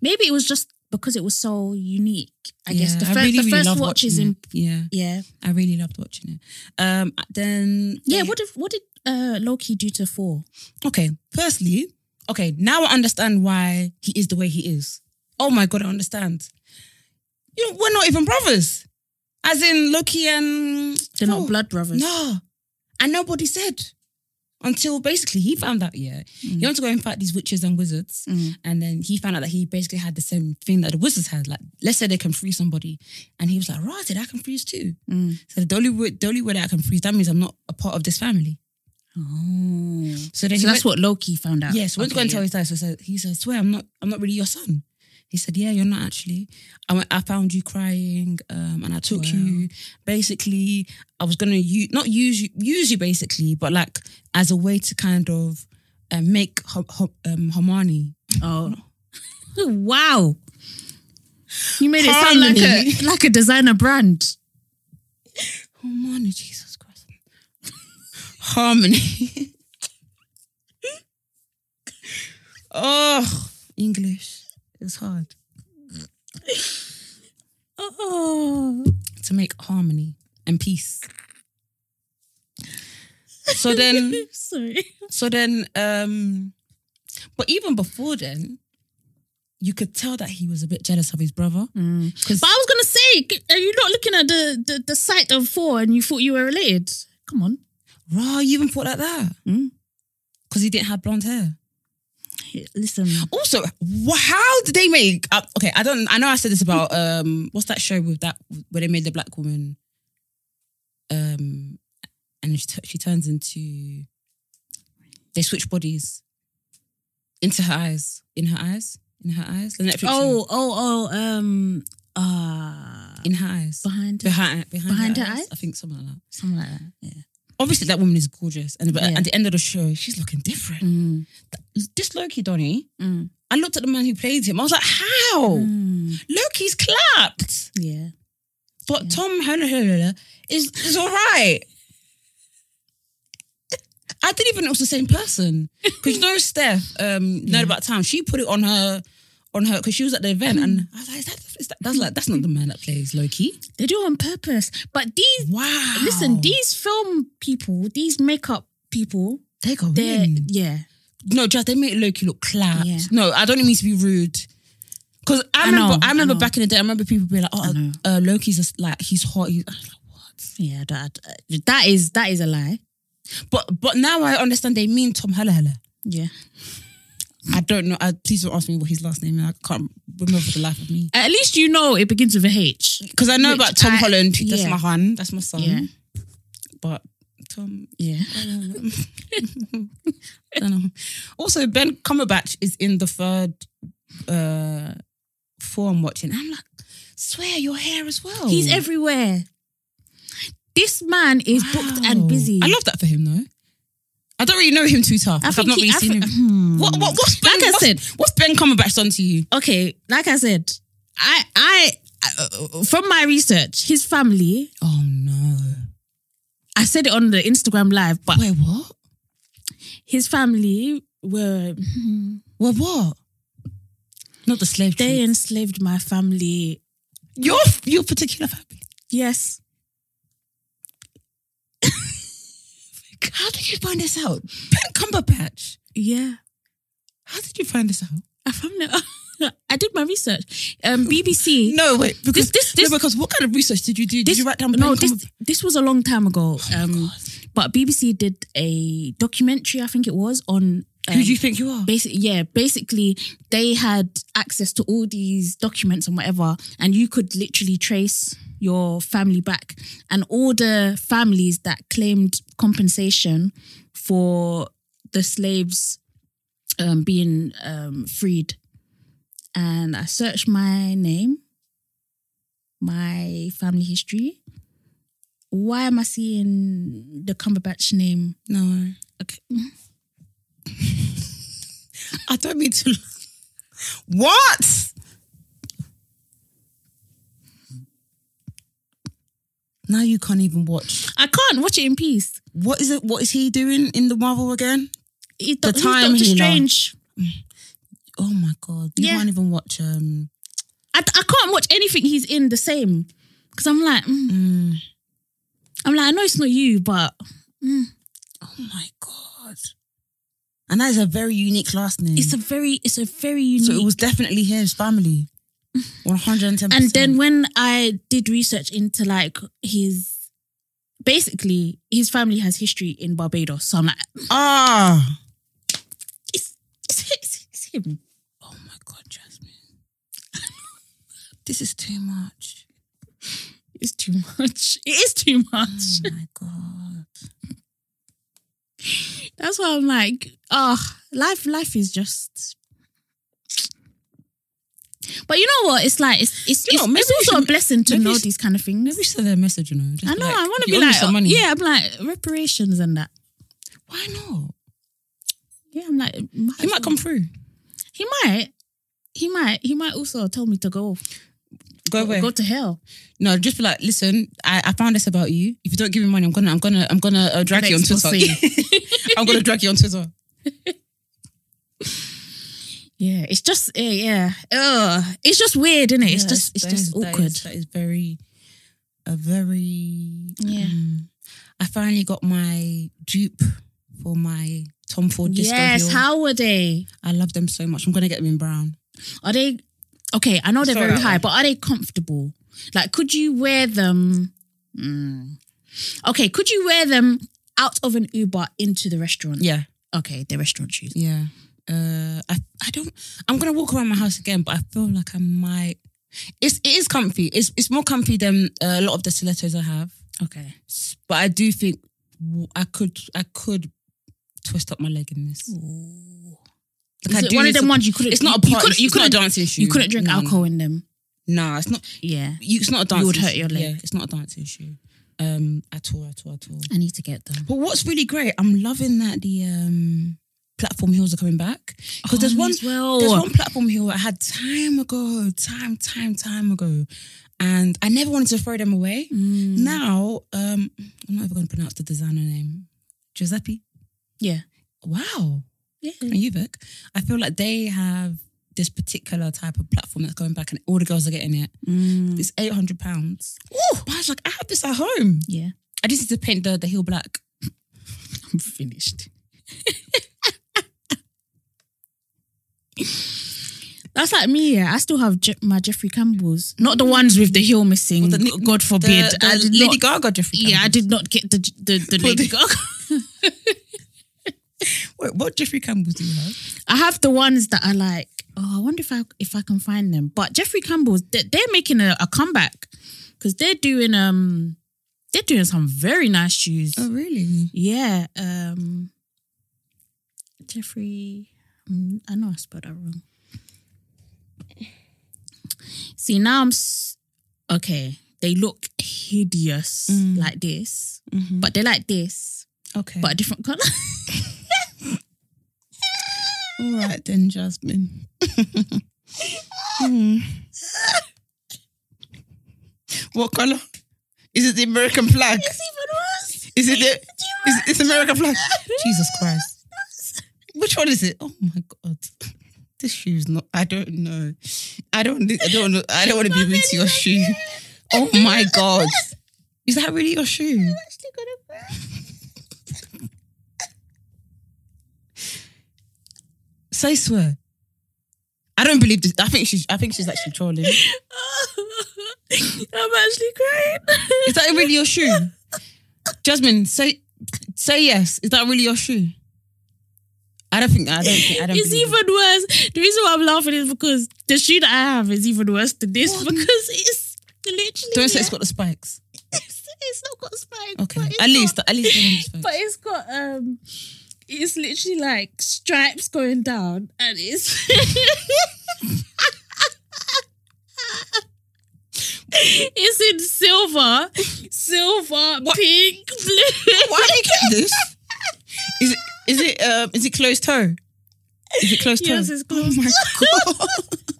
Maybe it was just because it was so unique. I guess
Yeah,
the, fir-
really,
the
really
first
loved
watch
watching
is in
it. Yeah,
yeah.
I really loved watching it. Um. Then.
Yeah, what did what did uh Loki do to four?
Okay. Firstly, okay, now I understand why he is the way he is. Oh my god, I understand. You know, we're not even brothers. As in Loki and
They're
Oh,
not blood brothers.
No. And nobody said. Until basically he found out, yeah. He wanted to go and fight these witches and wizards.
Mm.
And then he found out that he basically had the same thing that the wizards had. Like, let's say they can freeze somebody. And he was like, right, I can freeze too.
Mm.
So the only, way- the only way that I can freeze, that means I'm not a part of this family.
Oh. So
So, then he went-
that's what Loki found out.
Yes, went to go and
Okay,
tell his dad. So said, he said, "Swear, I'm not. I'm not really your son." He said, "Yeah, you're not actually. I went, I found you crying, um, and I took you. Basically, I was gonna use not use you, use you basically, but like as a way to kind of uh, make Har- Har- um, Harmony.
Oh. *laughs* wow. You made it sound like a
Harmony.
like a designer brand.
Harmony, Jesus Christ, *laughs* Harmony. *laughs* oh, English. It's hard
Oh.
to make harmony and peace." So then
*laughs* *laughs* Sorry.
So then, um, but even before then, you could tell that he was a bit jealous of his brother.
Mm. But I was gonna say, c- are you not looking at the, the the site of four and you thought you were related? Come on.
Raw, you even thought like that
Mm.
because he didn't have blonde hair.
Listen.
Also, wh- how did they make? Uh, okay, I don't. I know I said this about um, what's that show with that where they made the black woman, um, and she, t- she turns into. They switch bodies. Into her eyes, in her eyes, in her eyes. The Netflix
Oh,
show.
oh, oh, um uh
in her eyes.
behind her,
behind behind,
Behind
her,
her
eyes?
eyes?
I think something like that.
something like that. Yeah.
Obviously, that woman is gorgeous, and but
Yeah.
at the end of the show, she's looking different.
Mm,
This Loki Donny,
mm.
I looked at the man who played him. I was like, how?
Oh.
Loki's clapped.
Yeah.
But Tom Hanna is is all right. I didn't even know it was the same person because you know Steph, um, know about time. She put it on her, on her because she was at the event, and I was like, is that, is that that's like that's not the man that plays Loki.
They do it on purpose. But these
Wow!
listen, these film people, these makeup people,
they go
they're
in.
yeah.
No, just they make Loki look clapped.
Yeah.
No, I don't even mean to be rude. Cause I,
I
remember,
know,
I
I
remember
know.
back in the day, I remember people being like, "Oh,
know.
uh, Loki's just like he's hot." He's, I was like, what?
Yeah, that that is that is a lie.
But but now I understand they mean Tom Heller Heller.
Yeah.
I don't know. I, please don't ask me what his last name. is. I can't remember for the life of me.
At least you know it begins with a H.
Because I know
Which
about Tom
I-
Holland. That's
yeah.
my hun. That's my son.
Yeah.
But Tom,
Yeah.
*laughs* I don't know. Also, Ben Cumberbatch is in the third uh, four I'm watching. I'm like, swear your hair as well.
He's everywhere. This man is booked and busy.
I love that for him though. I don't really know him too tough. I have not really
I
seen
think-
him.
hmm.
What, what, what's ben,
Like I
what's,
said-
what's Ben Cumberbatch done to you?
okay, like I said, I I uh, from my research, his family.
Oh no!
I said it on the Instagram live, but
Wait, what?
his family were
Well, what? Not the slave
they
trade.
enslaved my family.
Your your particular family.
Yes,
How did you find this out? Ben Cumberbatch.
yeah,
How did you find this out?
I found it. *laughs* I did my research. Um, BBC.
*laughs* No, wait. Because
this- this-
no, because what kind of research did you do? Did
this-
you write down?
no,
Ben
this
Cumber-
this was a long time ago. um,
God.
but BBC did a documentary, I think it was on.
Who
um,
do you think you are?
Basically, yeah, basically they had access to all these documents and whatever, and you could literally trace your family back and all the families that claimed compensation for the slaves um, being um, freed. And I searched my name, my family history. Why am I seeing the Cumberbatch name?
No,
Okay.
*laughs* I don't mean to. what? Now you can't even watch.
I can't watch it in peace.
What is it? What is he doing in the Marvel again?
It,
The
the
time
time Doctor
he
Strange.
Oh my god! You
Yeah.
can't even watch. Um,
I, I can't watch anything he's in the same because I'm like, mm. I'm like, I know it's not you, but
oh my god! And that is a very unique last name.
it's a very, it's a very unique.
so it was definitely his *laughs* family. One hundred and ten.
and then when I did research into like his, basically his family has history in Barbados, so I'm like,
ah,
it's it's, it's, it's him.
oh my god, Jasmine, *laughs* this is too much.
It's too much. *laughs* It is too much.
*laughs* Oh my god.
That's why I'm like, oh, life, life is just. But you know what? It's like it's it's,
You know,
it's,
maybe
it's
we
also
should-
a blessing to
maybe
know
we should-
these kind of things.
Maybe send their message, you know. just
I know. I want to
you
be
owe me
like,
some money.
yeah. I'm like reparations and that.
Why not?
Yeah, I'm like,
He might come through.
He might. He might. He might also tell me to go.
Go away.
Go to hell.
No, just be like, listen, I, I found this about you. If you don't give me money, I'm gonna, I'm gonna, I'm gonna uh, drag
An
you on Twitter. *laughs*
expose.
I'm gonna drag you on Twitter.
Yeah. It's just. Uh, yeah. Ugh. It's just weird, isn't it? it's just. It's just awkward.
that is very, a very.
Yeah.
um, I finally got my dupe for my Tom Ford disco.
yes.
heel.
How were they?
I love them so much. I'm gonna get them in brown.
Are they okay? I know they're
Sorry,
very
that
high,
one.
but are they comfortable? Like, could you wear them? Mm. Okay, could you wear them out of an Uber into the restaurant?
Yeah.
Okay, they're restaurant shoes.
Yeah. Uh, I I don't. I'm gonna walk around my house again, but I feel like I might. It's it is comfy. It's it's more comfy than uh, a lot of the stilettos I have.
Okay.
S- But I do think w- I could I could twist up my leg in this.
Is
I
it
do
one
need
of them
to-
ones you couldn't.
It's not a
you-
part,
You couldn't. You
it's not a
couldn't,
dancing shoe.
you couldn't drink
No, no.
alcohol in them.
Nah, it's not.
Yeah.
You, it's not a dancing.
would hurt
shoe.
your leg.
Yeah, it's not a dancing shoe. Um, at all, at all, at all.
I need to get them.
But what's really great, I'm loving that the um platform heels are coming back because
Oh,
there's
me
one
as well.
there's one platform heel I had time ago, time, time, time ago, and I never wanted to throw them away.
Mm.
Now, um, I'm not even going to pronounce the designer name, Giuseppe.
Yeah.
Wow,
Yeah.
and you, Vic. I feel like they have this particular type of platform that's going back, and all the girls are getting it.
Mm.
It's eight hundred pounds. Oh, I was like, I have this at home.
Yeah.
I just need to paint the the heel black.
I'm finished.
*laughs* That's like me. Yeah, I still have Je- my Jeffrey Campbells, not the ones with the heel missing.
Well, the Nick-
God
The,
forbid.
the
Oh, I did
Lady
not-
Gaga Jeffrey.
Yeah, I
Campbell.
did not get the the, the
Well,
Lady
the-
Gaga.
Wait, what Jeffrey Campbell do you have?
I have the ones that are like, oh, I wonder if I if I can find them. But Jeffrey Campbell's, they- they're making a, a comeback because they're doing um, they're doing some very nice shoes.
Oh. really?
Yeah, um, Jeffrey. mm, I know I spelled that wrong. See now I'm s- okay. They look hideous
Mm.
like this,
Mm-hmm.
but they're like this,
Okay.
but a different *laughs* color.
all right then,
*laughs*
Jasmine. Hmm. What color? Is it the American flag? Is it the? Is it's American flag? *laughs* Jesus Christ! Which one is it? Oh my God! This shoe's not. I don't know. I don't. I don't. know- I don't want to be with your shoe. Oh my God! Is that really your shoe? Say swear. I don't believe this. I think she's. I think she's actually trolling. Is
I'm actually crying.
that really your shoe, Jasmine? Say, say yes. Is that really your shoe? I don't think. I don't think. I don't.
it's
believe it.
even worse. The reason why I'm laughing is because the shoe that I have is even worse than this because it's literally.
Don't say it's got the spikes.
*laughs* It's, it's not got spikes.
Okay.
but it's
At least.
got- *laughs*
At least. the one with
but it's got um, it's literally like stripes going down, and it's. *laughs* It's in silver, silver, pink, blue.
spikes. Why
*laughs*
do you get this? Is it? Is it? Um, is it closed toe? Is it closed toe?
Yes, it's
Oh
closed.
*laughs*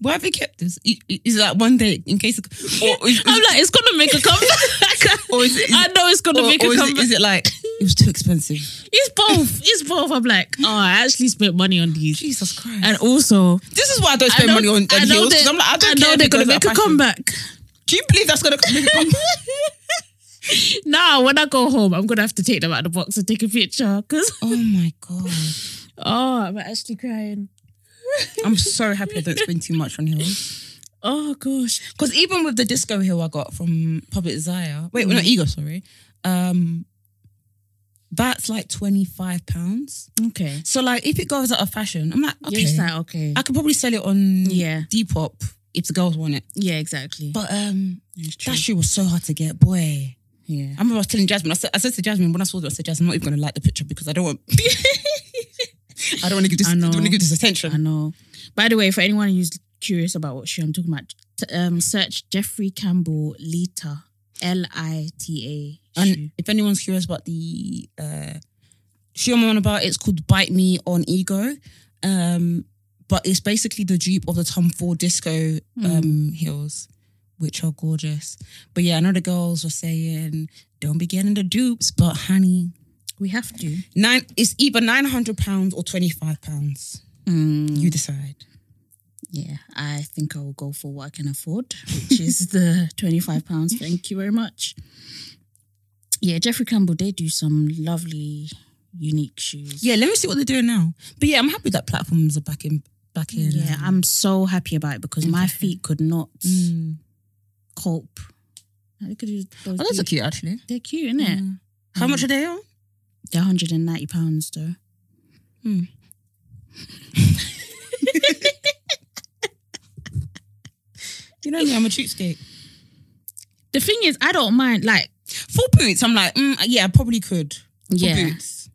Why have you kept this? I- i- Is that one day in case? Of, or is, is-
I'm like, it's gonna make a
*laughs*
comeback.
Or is it- is
I know it's gonna
or-
make a
or is, it,
comeback.
is it like it was too expensive?
It's both. It's both. I'm like, oh, I actually spent money on these.
Jesus Christ!
And also,
This is why I don't
I
spend
know,
money on, on
I know,
heels. 'cause
they,
I'm like, I, don't
I know
care
they're
if
gonna
it goes
make
out
a
of fashion.
comeback.
Do you believe that's gonna make a comeback?
*laughs* Now, when I go home, I'm gonna have to take them out of the box and take a picture. Cause *laughs*
oh my god!
oh, I'm actually crying.
I'm so happy I don't spend too much on heels.
Oh gosh.
Because even with the disco heel I got from Public Desire, wait,
Mm.
no, Ego, sorry, um, that's like twenty five pounds.
Okay.
So like, if it goes out of fashion, I'm like, okay,
Yes, that okay.
I could probably sell it on
Yeah.
Depop if the girls want it.
yeah, exactly.
But um,
It's true.
that shoe was so hard to get, boy.
yeah.
I remember I was telling Jasmine, I said, I said to Jasmine when I saw that, I said, Jasmine, I'm not even gonna like the picture because I don't want *laughs* I don't want to give this
I
I,
know.
don't want to give this
I
attention.
know. By the way, for anyone who's curious about what shoe I'm talking about, t- um, search Jeffrey Campbell Lita, L I T A shoe.
And if anyone's curious about the uh shoe I'm on about, it's called Bite Me on Ego. Um, but it's basically the dupe of the Tom Ford disco um heels, which are gorgeous. But yeah, I know the girls were saying, don't be getting the dupes, but honey,
We have to.
nine it's either nine hundred pounds or twenty five pounds. You decide.
Yeah, I think I will go for what I can afford, which is *laughs* the twenty-five pounds. Thank you very much. Yeah, Jeffrey Campbell, they do some lovely, unique shoes.
Yeah, let me see what they're doing now. But yeah, I'm happy that platforms are back in back in.
yeah,
um,
I'm so happy about it because my feet could not
mm.
cope. Look at those.
Oh, those are cute actually.
They're cute, isn't it?
How much are they on?
They're 190 pounds though.
You know me, I'm a cheapskate.
The thing is, I don't mind like
Full boots, I'm like, mm, yeah, I probably could. Full
yeah,
boots.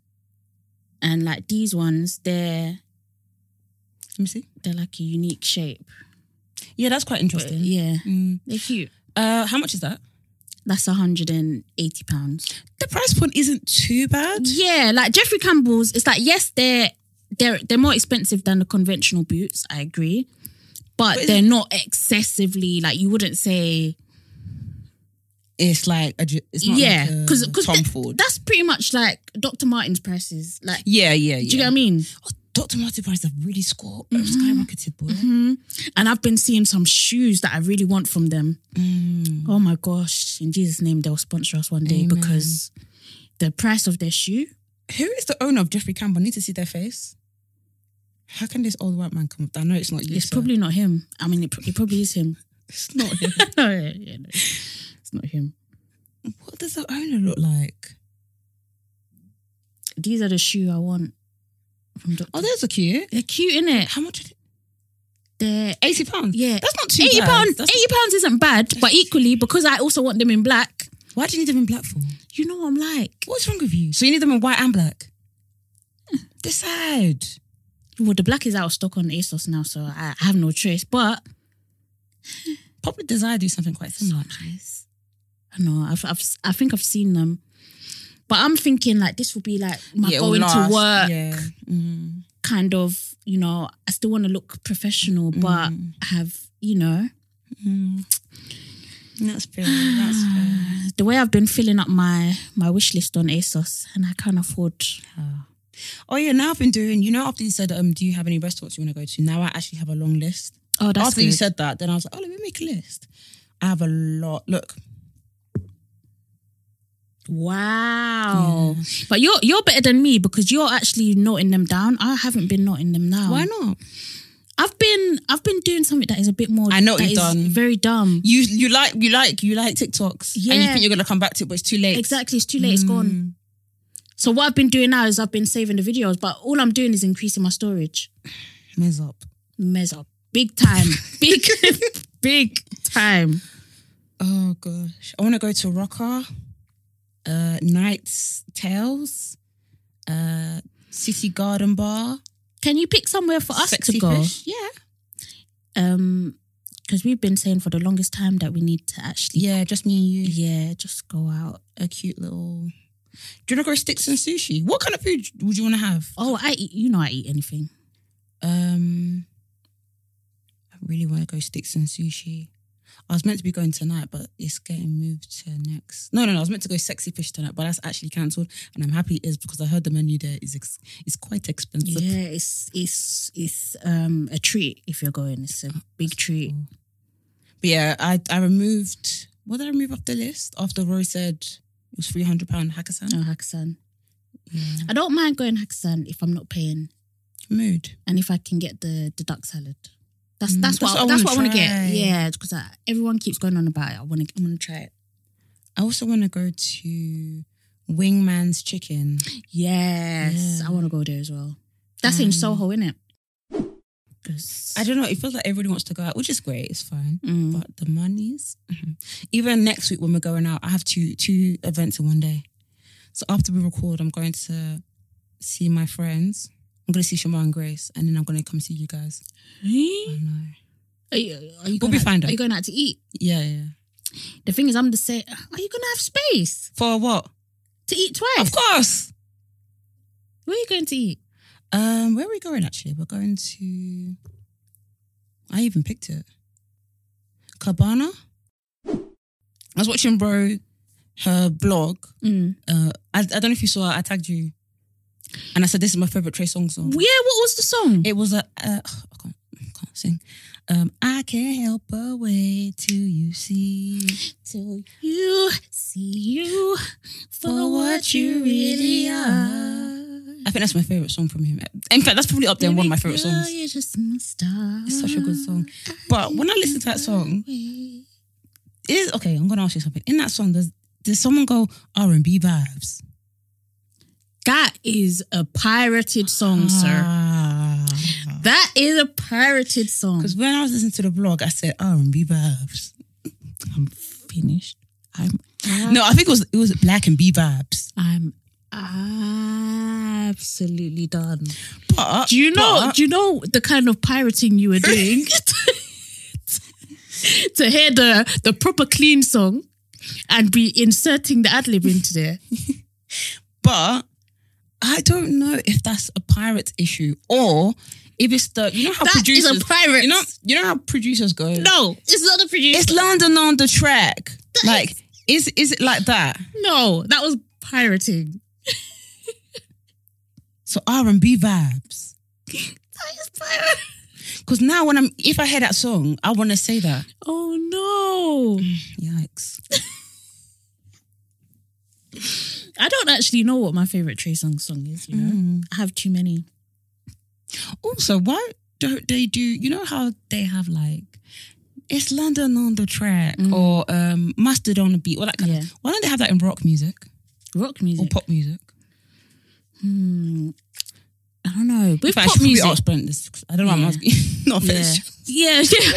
and like these ones, they're
Let me see.
they're like a unique shape.
Yeah, that's quite
But
interesting.
yeah,
Mm.
they're cute.
Uh, how much is that?
That's 180 pounds.
The price point isn't too bad.
Yeah, like Jeffrey Campbell's, it's like yes, they're they're they're more expensive than the conventional boots, I agree. But, they're not excessively like you wouldn't say
It's like a, ju- it's not
yeah
like a
because
Tom
th-
Ford.
that's pretty much like Dr. Martin's prices. Like
yeah, yeah, yeah.
do you get what Mm-hmm. I mean?
oh, Dr. Martin prices have really scored skyrocketed, boy.
And I've been seeing some shoes that I really want from them.
Mm.
Oh my gosh! In Jesus' name, they'll sponsor us one day
Amen.
because the price of their shoe.
Who is the owner of Jeffrey Campbell? I need to see their face. How can this old white man come up? I know it's not you.
It's
sir.
probably not him. I mean, it, pro- it probably is him.
it's not him. *laughs*
no, *laughs* yeah, yeah, no, it's not him.
what does the owner look like?
These are the shoe I want from Dr.
Oh, those are cute.
They're cute, innit?
How much? are they-
They're
Eighty pounds.
Yeah.
that's not too
eighty
bad.
pounds.
That's-
Eighty pounds isn't bad, but equally because I also want them in black.
Why do you need them in black for?
You know what I'm like.
What's wrong with you? So you need them in white and black. Hmm, Decide.
Well, the black is out of stock on ASOS now, so I I have no choice. But
Probably desire do something quite similar. actually.
nice. I know. I've, I've I think I've seen them, but I'm thinking like this will be like my
Yeah, it will
going
last.
to work
Yeah. Mm.
kind of. You know, I still want to look professional, but
Mm.
have you know
That's fair. That's fair.
the way I've been filling up my my wish list on ASOS, and I can't afford.
Oh yeah, now I've been doing. You know, after you said, um, do you have any restaurants you want to go to? Now I actually have a long list.
Oh, that's
after
good.
you said that, then I was like, oh, let me make a list. I have a lot. Look,
Wow. But you're you're better than me because you're actually noting them down. I haven't been noting them down.
not?
I've been I've been doing something that is a bit more
I know what
that
you've
is
done.
Very dumb.
You you like you like you like TikToks, and you
Yeah.
think you're gonna come back to it, but it's too late.
Exactly. It's too late, it's
Mm.
gone. So what I've been doing now is I've been saving the videos, but all I'm doing is increasing my storage.
Mm. Mess up.
Mess up. Big
*laughs*
time. Big big time.
Oh gosh, I want to go to Rocker, uh, Night's Tales, uh, City Garden Bar.
Can you pick somewhere for us
Sexy
to go?
Fish. Yeah,
Um because we've been saying for the longest time that we need to actually
yeah, just me and you.
yeah, just go out.
A cute little. Do you want to go sticks and sushi? What kind of food would you want to have?
Oh, I eat you know I eat anything.
Um, I really want to go sticks and sushi. I was meant to be going tonight, but it's getting moved to next. No, no, no. I was meant to go sexy fish tonight, but that's actually cancelled, and I'm happy it is because I heard the menu there is ex- is quite expensive.
Yeah, it's it's it's um a treat if you're going. It's a big treat.
But yeah, I I removed. What did I remove off the list? After Roy said it was three hundred pound Hakkasan.
No Haksan.
Yeah.
I don't mind going Haksan if I'm not paying
Mood.
and if I can get the the duck salad. That's
Mm,
that's, what,
that's what I
that's
wanna
what I want to
try.
get. Yeah, because everyone keeps going on about it. I want to I want to try it.
I also want to go to Wingman's Chicken.
Yes,
Yeah.
I want to go there as well. That's in
Um,
Soho, isn't it?
I don't know. It feels like everybody wants to go out, which is great. It's fine. but the monies. Even next week when we're going out, I have two two events in one day. So after we record, I'm going to see my friends. I'm going to see Shema and Grace, and then I'm going to come see you guys.
Are
I know.
you, are you
We'll
going
be
out-
fine, though.
Are you going out to eat?
Yeah, yeah.
The thing is, I'm the same. Are you going to have space
For what?
to eat twice?
Of course.
Where are you going to eat?
Um, where are we going? Actually, we're going to. I even picked it. Cabana. I was watching bro, her blog.
Mm.
Uh, I, I don't know if you saw. I tagged you, and I said this is my favorite Trey Songz song.
Mm. Yeah, what was the song?
It was a. Uh, *sighs* I can't, I can't sing. Um, I can't help but wait till you see
Till you see you
for what you really are. I think that's my favorite song from him. In fact, that's probably up there in one of my favorite songs.
You're just my star.
It's such a good song. But when I listen to that song,
Wait.
is okay. I'm gonna ask you something. In that song, does does someone go R and B vibes?
That is a pirated song,
Ah.
sir. That is a pirated song.
Because Ah. when I was listening to the blog, I said R and B vibes. I'm finished. I'm
Ah.
no. I think it was it was Black and B vibes.
I'm absolutely done.
But
Do you know?
but-
do you know the kind of pirating
*laughs*
you were *laughs* doing to hear the the proper clean song? and be inserting the ad lib into there.
But I don't know if that's a pirate issue or if it's the you know how
That is
producers
a pirate.
You know you know how producers go.
No, it's not a producer.
it's London on the track. Like is is it like that?
no, that was pirating.
So R and B vibes.
That is pirate.
Because now when I'm if I hear that song, I want to say that.
Oh no.
Yikes!
I don't actually know what my favorite Trey Songz song is, you know.
Mm.
I have too many.
Also, why don't they do? You know how they have like. It's London on the track or um, mustard on the beat or that kind
Mm. Yeah.
of. Why don't they have that in rock music
Rock
or
music.
pop music?
Hmm. I don't know. With
If I
pop
should probably
music.
ask Brent this. 'cause I don't know. why
Yeah.
I'm asking. *laughs* no
Yeah.
offense.
Yeah, *laughs* yeah.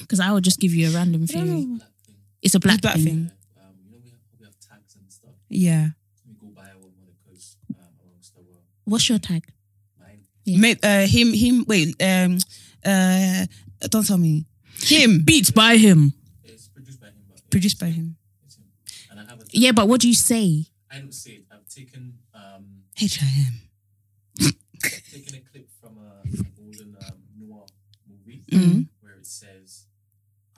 Because I will just give you a random theory.
Yeah.
It's a black,
Mm. Black
thing.
thing.
Um, you know, we have, we have tags and stuff.
Yeah.
We go by one of the coast um, amongst the world.
What's your tag?
Mine,
Yeah.
Ma- uh, him. Him. Wait. Um. Uh. Don't tell me. Him.
Beats by him.
it's produced by him, but it-
Produced by him.
it's him. And I have a tag.
Yeah, but what do you say?
I don't say it. I've taken um
H I M.
taken a clip from a golden um, noir movie
Mhm.
where it says,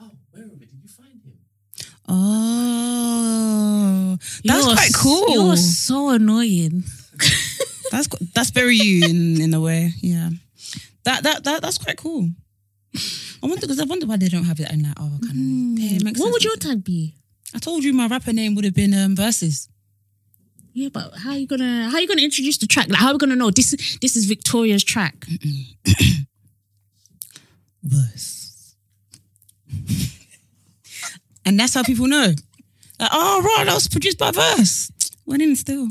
"Oh, wherever did you find him?"
Oh, that's
You're
quite
s-
cool.
You're so annoying.
That's qu- that's very you in, in a way. Yeah, that that that that's quite cool. I wonder because I wonder why they don't have it in that other kind of. Yeah, it
Mm. what
makes sense.
would your tag be?
I told you my rapper name would have been um, Versus.
Yeah, but how you gonna how you gonna introduce the track? Like how are we gonna know this this is Victoria's track?
Verse. and that's how people know. Like, oh right, that was produced by Verse. Went in still.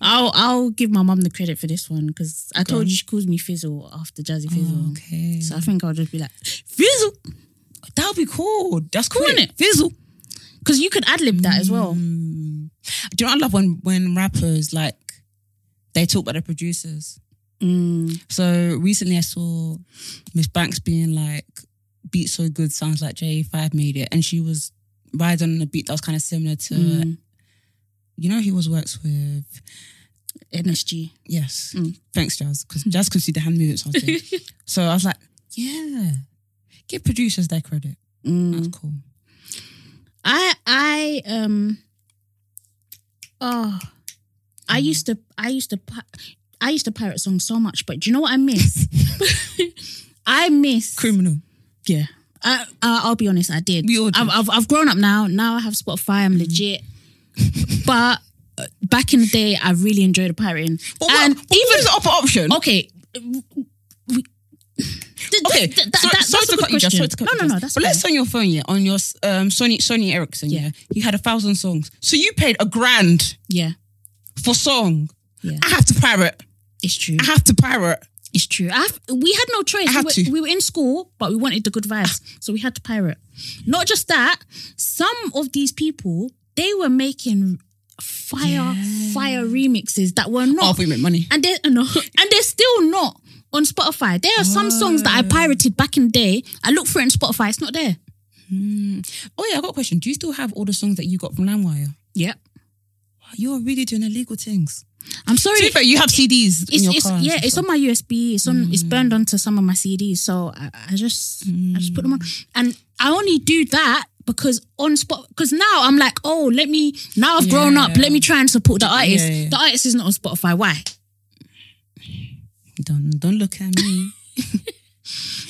I'll I'll give my mum the credit for this one because I told
on.
you she calls me Fizzle after Jazzy Fizzle.
Oh, okay.
Mm. So I think I'll just be like Fizzle
that would be cool. That's cool,
Cool,
innit? Fizzle.
because you could ad lib that as well.
Mm. Do you know I love when when rappers like they talk about their producers.
Mm.
So recently I saw Miss Banks being like, "Beat so good sounds like J Five made it," and she was riding on a beat that was kind of similar to
Mm.
you know who was works with.
NSG.
Yes,
Mm.
thanks Jazz because Jazz could see the hand movements. I was doing.
*laughs*
so I was like, "Yeah, give producers their credit.
Mm.
That's cool."
I I um oh I
Mm.
used to I used to pi- I used to pirate songs so much, but do you know what I
*laughs*
miss? I miss
Criminal.
yeah. I, I I'll be honest, I did.
We all did.
I've, I've I've grown up now. Now I have Spotify.
Mm.
I'm legit. but uh, back in the day, I really enjoyed the pirating.
But what,
and Oh,
but what was the upper option?
okay. w- w- th-
Okay,
th- th- that-
sorry
that's a
to
good
cut you, Jess.
question.
Sorry to cut you,
No, no, no.
Jess.
That's
but
fine.
let's say on your phone, yeah, on your um, Sony Sony Ericsson, yeah.
Yeah.
you had a thousand songs, so you paid a grand
yeah,
for song.
Yeah.
I have to pirate.
it's true.
I have to pirate.
It's true. I have, we had no choice.
I had
we, were,
to.
we were in school, but we wanted the good vibes, so we had to pirate. Not just that, some of these people they were making fire fire remixes that were
Oh,
not,
we make money.
and they
*laughs*
no, and they're still not on Spotify. There are some songs that I pirated back in the day. I look for it on Spotify. It's not there.
Oh yeah, I got a question. Do you still have all the songs that you got from LimeWire?
Yep.
Wow, You're really doing illegal things.
I'm sorry.
To be fair, you have CDs in
it's,
your
it's
car. and
yeah,
stuff. Mm.
it's on my USB. It's on. It's burned onto some of my CDs. So I, I just I just put them on,
Mm.
and I only do that because on spot. Because now I'm like, oh, let me. Now I've grown up.
Yeah.
Let me try and support the artist.
yeah.
The artist is not on Spotify. Why?
Don't don't look at me.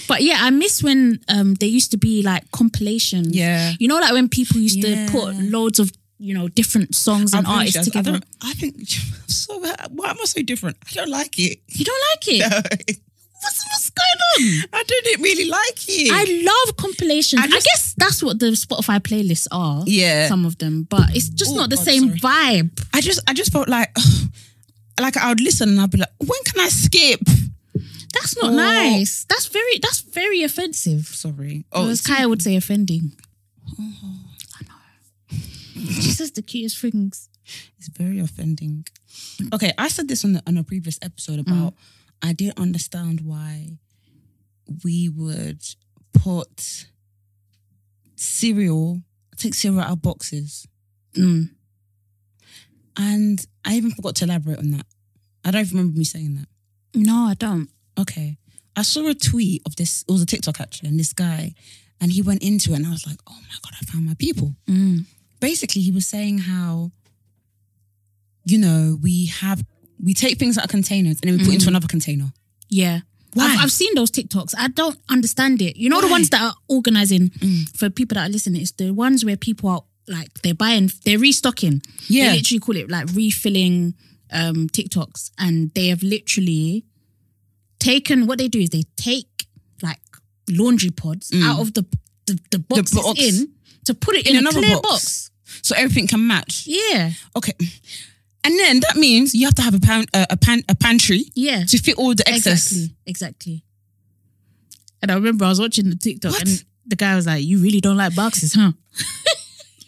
But yeah, I miss when um there used to be like compilations.
Yeah.
you know, like when people used
Yeah.
to put loads of you know different songs and
I'm really
artists
jealous. I
together.
don't. I think. I'm so. Why am I so different? I don't like it. *laughs*
you don't like it? What's, what's going on?
I didn't really like it.
I love compilations.
I
I,
just-
guess that's what the Spotify playlists are.
Yeah.
Some of them, but it's just
Eh. Oh,
not the
God,
same vibe.
I just I just felt like *sighs* like I would listen and I'd be like, when can I skip?
That's not
Oh.
nice. That's very that's very offensive.
Sorry.
Oh,
Oh,
as Kaya would say offending. I know. She says the cutest things.
it's very offending. Okay, I said this on the, on a previous episode about I didn't understand why we would put cereal. I take cereal out of boxes.
Mm.
And I even forgot to elaborate on that. I don't even remember me saying that.
No, I don't.
Okay. I saw a tweet of this, it was a TikTok actually, and this guy, and he went into it, and I was like, oh my God, I found my people.
Mm.
Basically, he was saying how, you know, we have, we take things out of containers and then we put it
Mm.
into another container.
Yeah.
Why?
I've, I've seen those TikToks. I don't understand it. You know the
Why? Mm.
ones that are organizing for people that are listening. It's the ones where people are like they're buying, they're restocking.
Yeah.
they literally call it like refilling um, TikToks, and they have literally taken what they do is they take like laundry pods out of the the, the box it's
Mm. box.
in to put it in,
In
a
another
clear
box.
box.
So everything can match.
Yeah,
Okay. And then that means you have to have a pan, uh, a pan, a pantry
yeah,
to fit all the excess.
exactly, exactly. And I remember I was watching the TikTok
What?
and. The guy was like, "You really don't like boxes, huh?"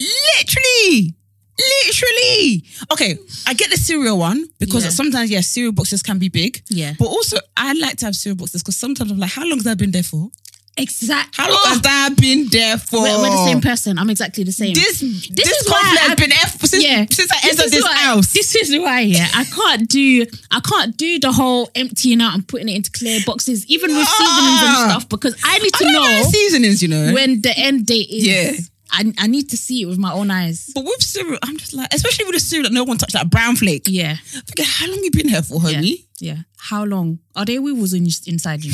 Literally. Literally. Okay, I get the cereal one because
Yeah.
sometimes, yeah, cereal boxes can be big.
Yeah.
But also, I like to have cereal boxes because sometimes I'm like, how long has that been there for?
Exactly.
How long has that been there for?
Oh. We're, we're the same person. I'm exactly the same.
This, this,
is why
conflict
I-
has been there for- since,
yeah.
since I
This
entered
is
this
why-
house.
This is why, yeah, I can't do I can't do the whole emptying out and putting it into clear boxes, even with seasonings and
Ah.
stuff, because I need
I
to
don't like
know
seasonings, you know.
when the end date is.
Yeah.
I, I need to see it with my own eyes.
but with cereal, I'm just like, especially with a cereal that no one touched, like brown flake.
Yeah,
I'm thinking, how long you been here for,
yeah,
honey?
yeah. How long are they weevils in, inside
*laughs*
you?